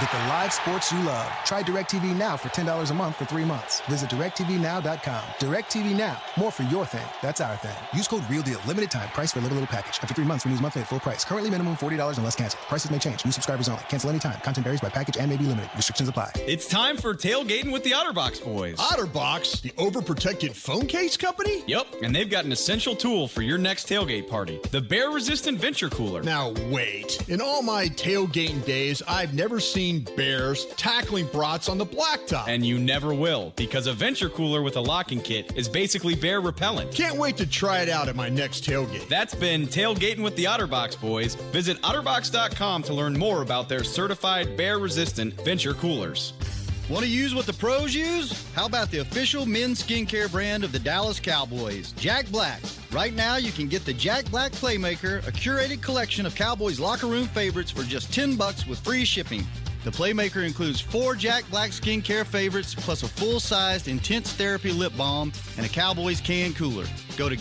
Get the live sports you love. Try DirecTV Now for $10 a month for three months. Visit DirecTVNow.com. DirecTV Now. More for your thing. That's our thing. Use code REALDEAL. Limited time. Price for little, little package. After three months, renews monthly at full price. Currently minimum $40 unless canceled. Prices may change. New subscribers only. Cancel anytime. Content varies by package and may be limited. Restrictions apply.
It's time for tailgating with the Otterbox boys.
Otterbox, the overprotected phone case company?
Yep, and they've got an essential tool for your next tailgate party the bear resistant venture cooler.
Now, wait. In all my tailgating days, I've never seen bears tackling brats on the blacktop.
And you never will, because a venture cooler with a locking kit is basically bear repellent.
Can't wait to try it out at my next tailgate.
That's been Tailgating with the Otterbox Boys. Visit Otterbox.com to learn more about their certified bear resistant venture coolers.
Want to use what the pros use? How about the official men's skincare brand of the Dallas Cowboys, Jack Black? Right now, you can get the Jack Black Playmaker, a curated collection of Cowboys locker room favorites for just 10 bucks with free shipping. The Playmaker includes four Jack Black skincare favorites plus a full-sized intense therapy lip balm and a Cowboys can cooler. Go to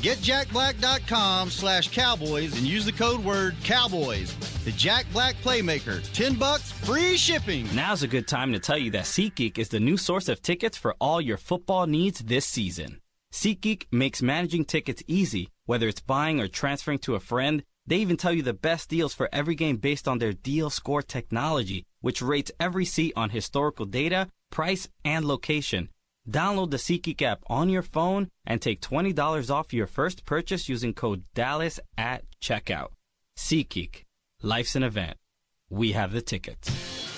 getjackblack.com slash cowboys and use the code word cowboys. The Jack Black Playmaker, 10 bucks, free shipping.
Now's a good time to tell you that SeatGeek is the new source of tickets for all your football needs this season. SeatGeek makes managing tickets easy, whether it's buying or transferring to a friend. They even tell you the best deals for every game based on their deal score technology, which rates every seat on historical data, price, and location. Download the SeatGeek app on your phone and take $20 off your first purchase using code DALLAS at checkout. SeatGeek. Life's an event. We have the tickets.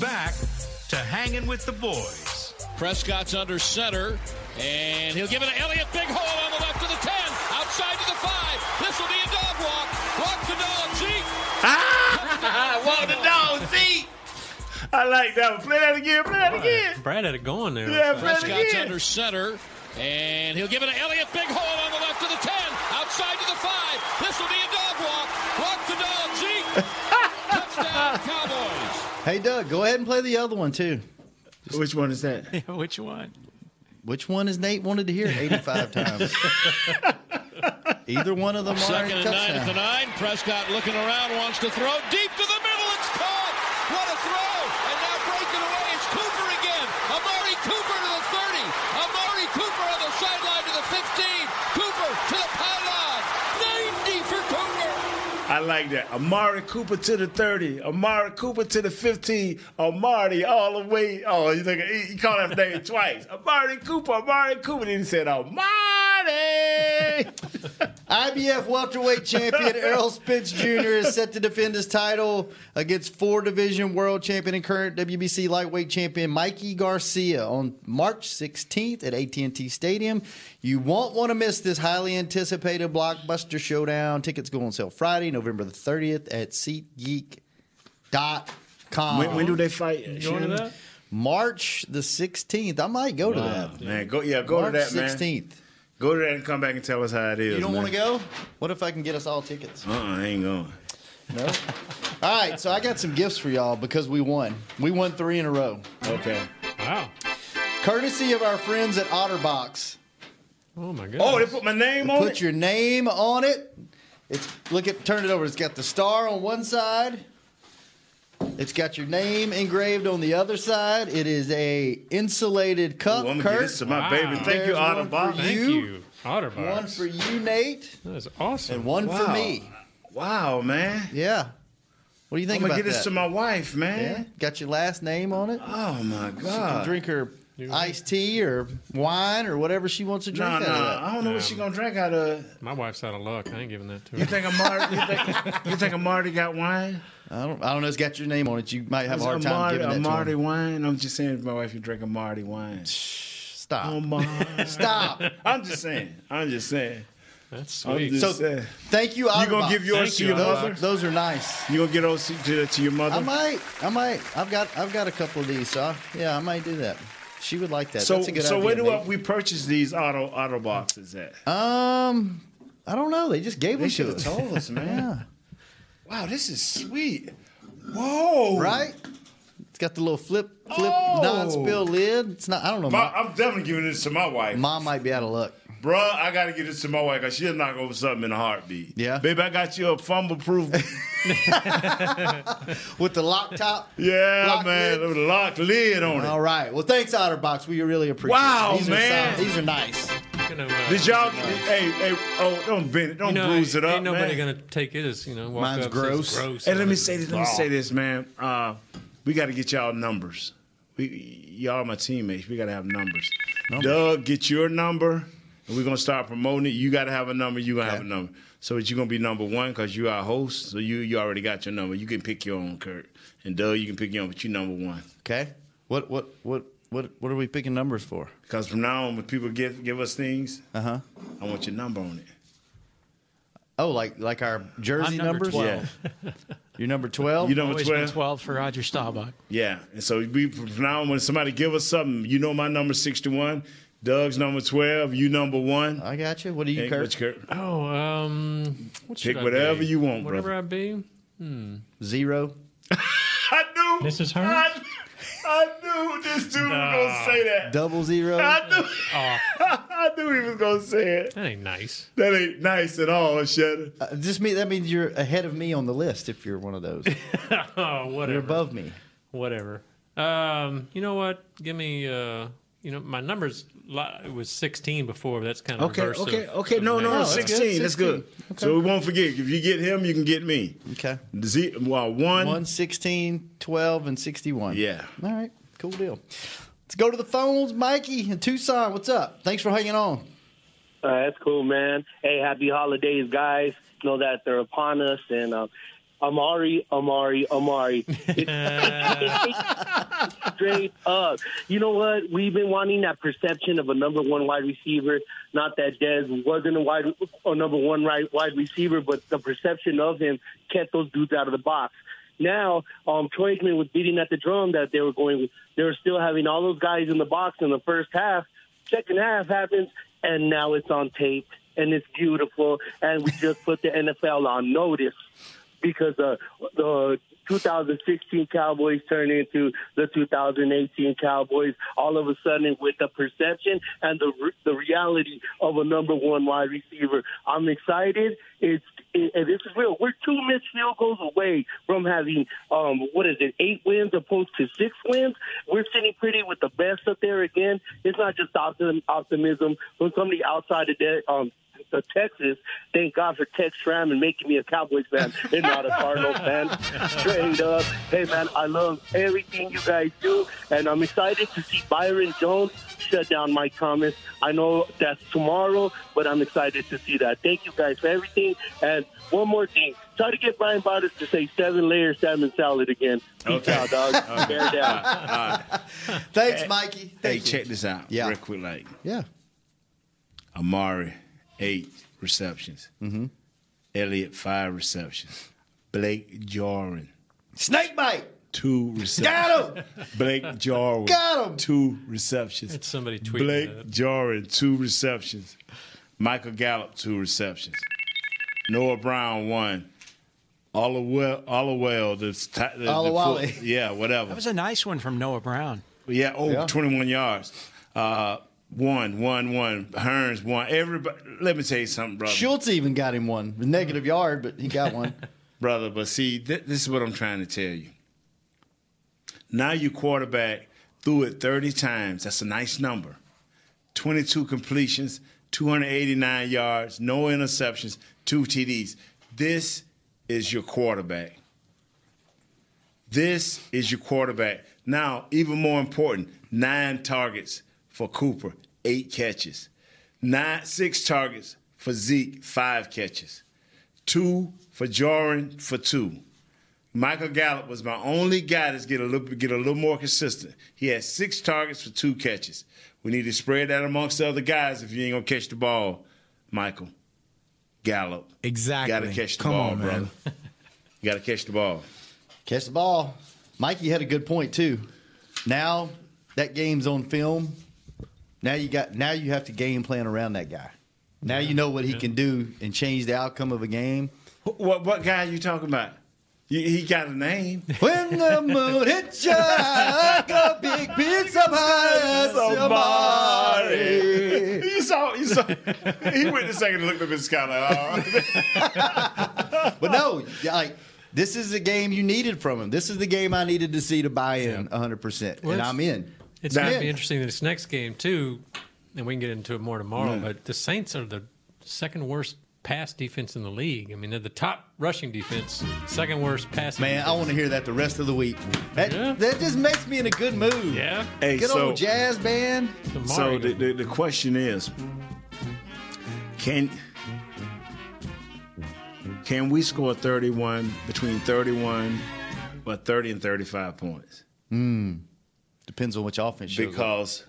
Back to hanging with the boys.
Prescott's under center, and he'll give it to Elliott. Big hole on the left of the 10, outside to the 5. This will be a dog walk. Walk the dog, Zeke. Ah! walk the dog, Zeke.
I like that one. Play that again. Play that again.
Brad had it going there.
Yeah, Brad
Prescott's
again.
under center, and he'll give it to Elliott. Big hole on the left of the 10, outside to the 5. This will be a dog walk. Walk the dog, Zeke. Touchdown, Cowboys.
Hey, Doug, go ahead and play the other one, too.
Which one is that?
Which one?
Which one is Nate wanted to hear 85 times? Either one of them are
Second
a
and nine at the
touchdown.
nine. Prescott looking around, wants to throw deep to the middle. It's caught. What a throw! And now breaking away is Cooper again. Amari Cooper to the 30. Amari Cooper on the sideline to the 15. Cooper to the pylon. 90 for Cooper.
I like that. Amari Cooper to the 30, Amari Cooper to the 15, Amari all the way. Oh, you think he, he called that name twice. Amari Cooper, Amari Cooper. Then he said, Amari.
IBF welterweight champion Errol Spence Jr. is set to defend his title against four division world champion and current WBC lightweight champion Mikey Garcia on March 16th at AT&T Stadium. You won't want to miss this highly anticipated blockbuster showdown. Tickets go on sale Friday, November the 30th at SeatGeek.com.
When- when do they fight? You going to Shannon? that?
March the 16th. I might go to
Wow,
that.
Man, go yeah, go
March
to that, man.
16th.
Go to that and come back and tell us how it is.
You don't
man.
want to go? What if I can get us all tickets?
Uh-uh, I ain't going.
No. All right, so I got some gifts for y'all because we won. We won three in a row.
Okay.
Wow.
Courtesy of our friends at Otterbox.
Oh my god.
Oh, they put my name on
Put
it?
your name on it. It's look at turn it over. It's got the star on one side. It's got your name engraved on the other side. It is a insulated cup.
Ooh, I'ma give
Kurt.
this to my Wow. baby. Thank you,
There's one for
Otterbox. Thank
you. Otterbox.
One for you, Nate.
That is awesome.
And one for
Wow.
me.
Wow, man.
Yeah. What do you think
I'm
about
gonna get
that?
this to my wife, man.
Yeah? Got your last name on it?
Oh my
She
God.
can drink her Ah. iced tea or wine or whatever she wants to drink.
Nah,
out of
nah.
that.
I don't know what she gonna drink out of.
My wife's out of luck. I ain't giving that to her.
You think Amari? you, think, you think Amari got wine?
I don't. I don't know. It's got your name on it. You might have a
It's
hard time
Amari,
giving that
Amari
to him.
wine. I'm just saying, if my wife, you drink Amari wine.
Stop.
Amari.
Stop.
I'm just saying. I'm just saying.
That's
I'm
So,
just saying.
thank you.
You
Otterbox.
gonna give yours to your mother?
Those, those are nice.
You gonna get those to, to your mother?
I might. I might. I've got. I've got a couple of these. So I, yeah, I might do that. She would like that.
So,
That's a good
so
idea.
where do
Nate.
I, we purchase these auto auto boxes at?
Um, I don't know. They just gave
They
them to
should have
us.
told us, man. Wow, this is sweet. Whoa!
Right? It's got the little flip, flip,
Oh.
non-spill lid. It's not. I don't know.
My-
Mom,
I'm definitely giving this to my wife.
Mom might be out of luck.
Bruh, I gotta give this to my wife because she'll knock over something in a heartbeat.
Yeah.
Baby, I got you a fumble proof.
With the lock top.
yeah,
Lock
man. With a lock lid on it.
All right. Well, thanks, Otterbox. We really appreciate
Wow,
it. These
man.
Are solid. These are nice.
Did y'all? Hey, hey, oh, don't bend it. Don't
You know,
bruise it up.
Ain't nobody
man.
gonna take it as you know. Walk
Mine's
up, say it's
gross.
gross.
And let me say this. Let me
Oh.
say this, man. Uh, we got to get y'all numbers. We y'all my teammates. We got to have numbers. Doug, get your number, and we're gonna start promoting it. You got to have a number. You gonna have a number. So that you're gonna be number one because you are host. So you you already got your number. You can pick your own, Kurt. And Doug, you can pick your own, but you number one.
Okay. What what what what what are we picking numbers for?
Because from now on, when people give give us things,
Uh huh.
I want your number on it.
Oh, like like our jersey
I'm number
numbers.
12.
You're number twelve.
You number
Always been
12?
12 for Roger Staubach.
Yeah, and so we from now on, when somebody give us something, you know my number sixty-one, Doug's number twelve, you number one.
I got you. What do Uh, you,
Hey,
Kurt?
what you, Kurt?
Oh, um, what
Pick
should I
whatever
be?
you want,
Whatever
brother.
I be. Hmm.
Zero.
I knew.
This is her.
I, I knew. knew this dude was gonna say that.
Double zero. Uh,
I knew. I knew he was gonna say it.
That ain't nice.
That ain't nice at all, Shutter.
Uh, just mean that means you're ahead of me on the list if you're one of those.
oh, whatever.
You're above me.
Whatever. Um, you know what? Give me. Uh, you know, my numbers li- it was sixteen before. but That's kind of
Okay,
reverse of-
okay, okay.
of
No,
Oh,
no,
negative.
sixteen. That's good. So we won't forget. If you get him, you can get me.
Okay.
Z, well, one.
116, 12, and 61.
Yeah.
All right. Cool deal. Let's go to the phones. Mikey in Tucson, what's up? Thanks for hanging on.
Uh, that's cool, man. Hey, happy holidays, guys. Know that they're upon us, and uh, Amari, Amari, Amari. It's- Straight up. You know what? We've been wanting that perception of a number one wide receiver. Not that Dez wasn't a wide, a number one right wide receiver, but the perception of him kept those dudes out of the box. Now, um, Troyman was beating at the drum that they were going. They were still having all those guys in the box in the first half. Second half happens, and now it's on tape, and it's beautiful, and we just put the NFL on notice because uh, the 2016 Cowboys turned into the 2018 Cowboys all of a sudden with the perception and the re- the reality of a number one wide receiver. I'm excited. It's it, and this is real. We're two missed field goals away from having um what is it eight wins opposed to six wins. We're sitting pretty with the best up there again. It's not just optim- optimism from somebody outside of that. Um, of Texas. Thank God for Tex Schramm and making me a Cowboys fan and not a Cardinals fan. Straight up. Hey, man, I love everything you guys do, and I'm excited to see Byron Jones shut down Mike Thomas. I know that's tomorrow, but I'm excited to see that. Thank you guys for everything. And one more thing. Try to get Brian Bottas to say seven layer salmon salad again. Peace out, dog. Bear down.
Thanks, Mikey.
Hey,
Thank you.
check this out. Yeah. Real quick, like
Yeah.
Amari, eight receptions.
Mm-hmm.
Elliott, five receptions. Blake Jarwin.
Snake bite.
Two receptions.
Got him.
Blake Jarwin.
Got him.
Two receptions.
It's somebody tweeting
Blake
that.
Jarwin, two receptions. Michael Gallup, two receptions. Noah Brown, one. Allowell, Allowell, the, the, the
Olawale.
full- yeah, whatever.
That was a nice one from Noah Brown.
Yeah, oh,
Yeah.
21 yards. Uh, one, one, one. Hearns, one. Everybody. Let me tell you something, brother.
Schultz even got him one. Negative yard, but he got one.
Brother, but see, th- this is what I'm trying to tell you. Now your quarterback threw it 30 times. That's a nice number. 22 completions, 289 yards, no interceptions, two TDs. This is your quarterback. This is your quarterback. Now, even more important, nine targets for Cooper, eight catches. Nine, six targets for Zeke, five catches. Two for Joran for two. Michael Gallup was my only guy that's get a little get a little more consistent. He had six targets for two catches. We need to spread that amongst the other guys if you ain't gonna catch the ball, Michael. Gallup.
Exactly.
Gotta catch the
Come
ball,
on, man.
brother. You gotta catch the ball.
Catch the ball. Mikey had a good point too. Now that game's on film. Now you got now you have to game plan around that guy. Now you know what he can do and change the outcome of a game.
What what guy are you talking about? He got a name.
When the moon hits you like a big pizza pie, it's somebody.
You saw, you saw. He went a second and looked up his sky like, oh.
But no, like this is the game you needed from him. This is the game I needed to see to buy in 100%.
Well,
and
it's-
I'm in.
It's
I'm
going to
in.
be interesting this next game too, and we can get into it more tomorrow.
Yeah.
But the Saints are the second worst pass defense in the league. I mean, they're the top rushing defense, second worst pass.
Man, I want to hear that the rest of the week. That, that just makes me in a good mood.
Yeah.
Hey,
good
so-
old jazz band.
So the, the, the question is, can can we score thirty one between thirty one or thirty and thirty five points?
Hmm. Depends on which offense. you're
Because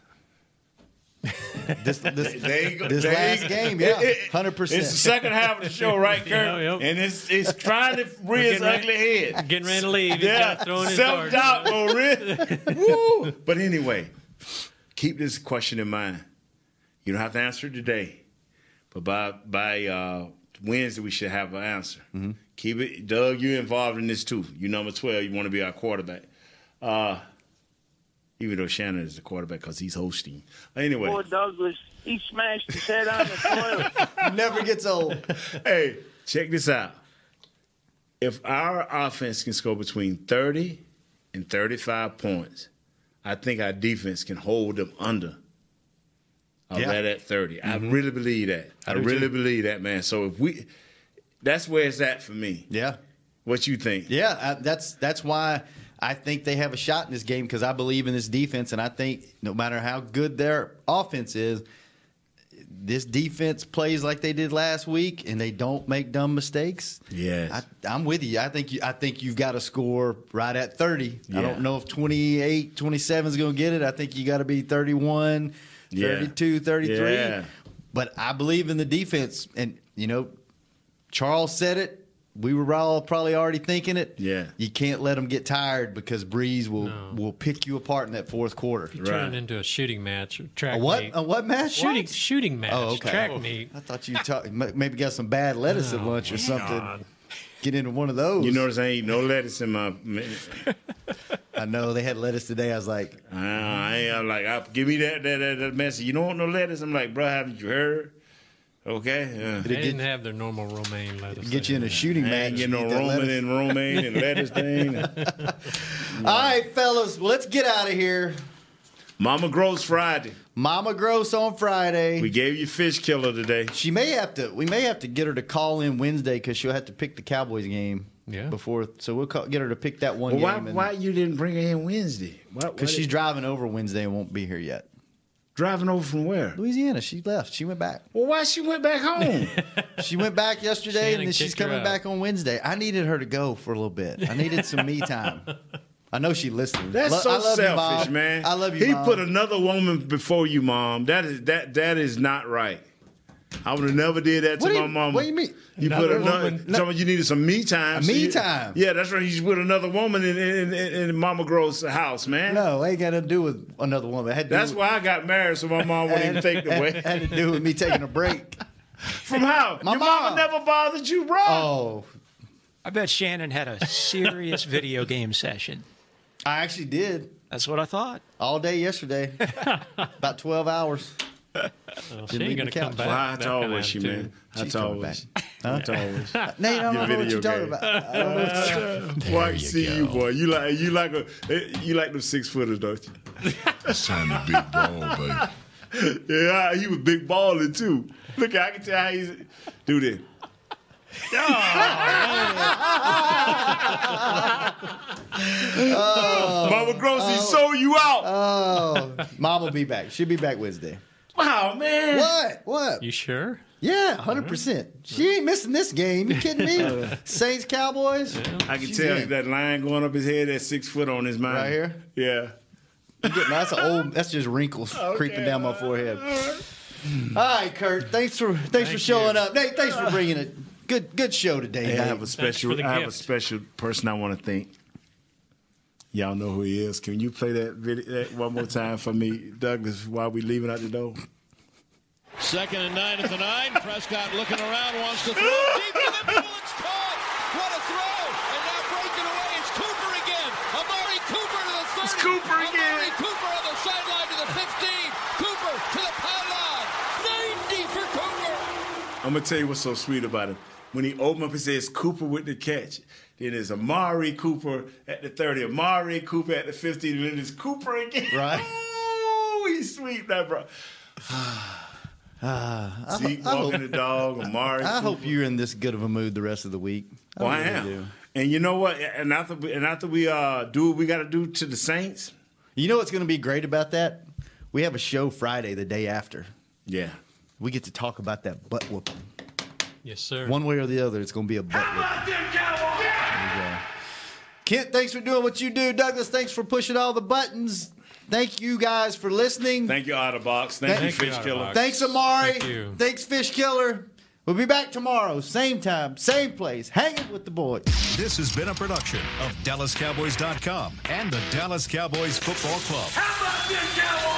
this, this,
There you go.
this
There you
last
go.
game,
It-
yeah,
it-
hundred percent.
It's the second half of the show, right, Kurt? And it's it's trying to rear its
We're getting
ugly
ready-
head.
getting ready to leave. He's got thrown his
self doubt will rear. Woo! But anyway, keep this question in mind. You don't have to answer it today, but by by uh, Wednesday we should have an answer. Keep it, Doug. You're involved in this too. You're number twelve. You want to be our quarterback. Uh, even though Shannon is the quarterback because he's hosting. Anyway,
Poor Douglas, he smashed his head on the toilet.
never gets old. hey, check this out. If our offense can score between 30 and 35 points, I think our defense can hold them under.
Yeah.
Right at 30. I
Mm-hmm.
really believe that. I, really believe that, man. So if we, that's where it's at for me.
Yeah.
What you think?
Yeah, I, that's that's why I think they have a shot in this game because I believe in this defense, and I think no matter how good their offense is, this defense plays like they did last week, and they don't make dumb mistakes.
Yes.
I, I'm with you. I think you, I think you've got to score right at 30. I
Yeah.
don't know if 28, 27 is going to get it. I think you got to be 31,
Yeah.
32, 33.
Yeah.
But I believe in the defense, and you know, Charles said it. We were all probably already thinking it.
Yeah.
You can't let them get tired because Breeze will will pick you apart in that fourth quarter.
Turn it into a shooting match or track
A what?
meet.
A what match?
Shooting shooting match.
Oh, okay.
Track meet.
I thought you talk, m- maybe got some bad lettuce at lunch or something. Get into one of those.
You notice I ain't no lettuce in my.
I know they had lettuce today. I was like,
I ain't, I'm like, I, give me that that, that that message. You don't want no lettuce. I'm like, bro, haven't you heard? Okay. Yeah.
They didn't have their normal romaine lettuce.
get you in a shooting
I ain't
match. you
getting no
eat that
Roman
lettuce.
and romaine and lettuce thing.
All right, fellas, well, let's get out of here.
Mama Gross Friday.
Mama Gross on Friday.
We gave you fish killer today.
She may have to. We may have to get her to call in Wednesday because she'll have to pick the Cowboys game.
Yeah.
Before, so we'll call, get her to pick that one.
Well, why
game
why you didn't bring her in Wednesday?
Because she's driving over Wednesday and won't be here yet.
Driving over from where?
Louisiana. She left. She went back.
Well, why she went back home?
she went back yesterday,
Shannon
and then she's
kicked her
coming
out.
back on Wednesday. I needed her to go for a little bit. I needed some me time. I know she listened.
That's
Lo-
so
I love you, Mom.
selfish, man.
I love you.
He
Mom.
put another woman before you, mom. That is that that is not right. I would have never did that to
What do
my
you-
mama.
what do you mean?
You
Another
put another.
woman? No.
Someone you needed some me time.
A me
you-
time.
Yeah, that's right. You with another woman in in, in, in Mama Gross' house, man.
No, ain't got nothing to do with another woman. It Had to do
That's
with-
why I got married, so my mom wouldn't even
Had-
take it away.
Had to do with me taking a break.
From how?
My
Your
mom.
mama never bothered you, bro.
Oh,
I bet Shannon had a serious video game session.
I actually did.
That's what I thought.
All day yesterday, about twelve hours.
she ain't gonna come back.
Why, how
That
tall
kind of
was oh, she, man?
attitude.
How
She's
tall
coming
was she?
back.
How
Huh?
tall was she?
Nate, I don't
Your
know what
video
you're talking
game.
about. I don't know what you're talking about.
Boy, I see you, boy. You like you like a you like them six footers, don't you? Sound a big ball, baby. Yeah, he was big balling too. Look, I can tell how he's do this. Mama Gross, he sold you out.
Oh, Mom will be back. She'll be back Wednesday.
Wow, man.
What? What?
You sure?
Yeah, hundred percent. She ain't missing this game. You kidding me? Saints Cowboys.
I can
She's
tell
in.
that line going up his head, that six foot on his mind.
Right here?
Yeah.
You getting- That's an old. That's just wrinkles creeping down my forehead. All right, Kurt. Thanks for thanks for showing up. Nate, thanks for bringing it. Good good show today.
Hey, I
Nate.
have a special. I have a special person I want to thank. Y'all know who he is. Can you play that video that one more time for me, Douglas? While we leaving out the door.
Second and nine at the nine. Prescott looking around, wants to throw deep to the middle. It's caught. What a throw! And now breaking away is Cooper again. Amari Cooper to the thirty. It's Cooper again. Amari Cooper on the sideline to the fifteen. Cooper to the pylon. Ninety for Cooper.
I'm gonna tell you what's so sweet about him. When he opened up, he says Cooper with the catch. Then there's Amari Cooper at the 30, Amari Cooper at the 50, and then it's Cooper again.
Right.
Ooh, he's sweet, that bro.
Ah, I ho-
Zeke
I
walking
hope-
the dog, Amari.
I hope
Cooper.
you're in this good of a mood the rest of the week.
Well, Oh, I
really
am.
Oh, do.
And you know what? And after we, and after we uh, do what we got to do to the Saints,
You know what's going to be great about that? We have a show Friday, the day after.
Yeah.
We get to talk about that butt whooping.
Yes, sir.
One way or the other, it's going to be a butt whooping. There you go. Kent, thanks for doing what you do. Douglas, thanks for pushing all the buttons. Thank you guys for listening.
Thank you, Otterbox. Thank,
Thank
you,
you,
Fish Killer.
Thanks, Amari.
Thank you.
Thanks, Fish Killer. We'll be back tomorrow, same time, same place. Hanging with the boys.
This has been a production of DallasCowboys.com and the Dallas Cowboys Football Club.
How about them Cowboys?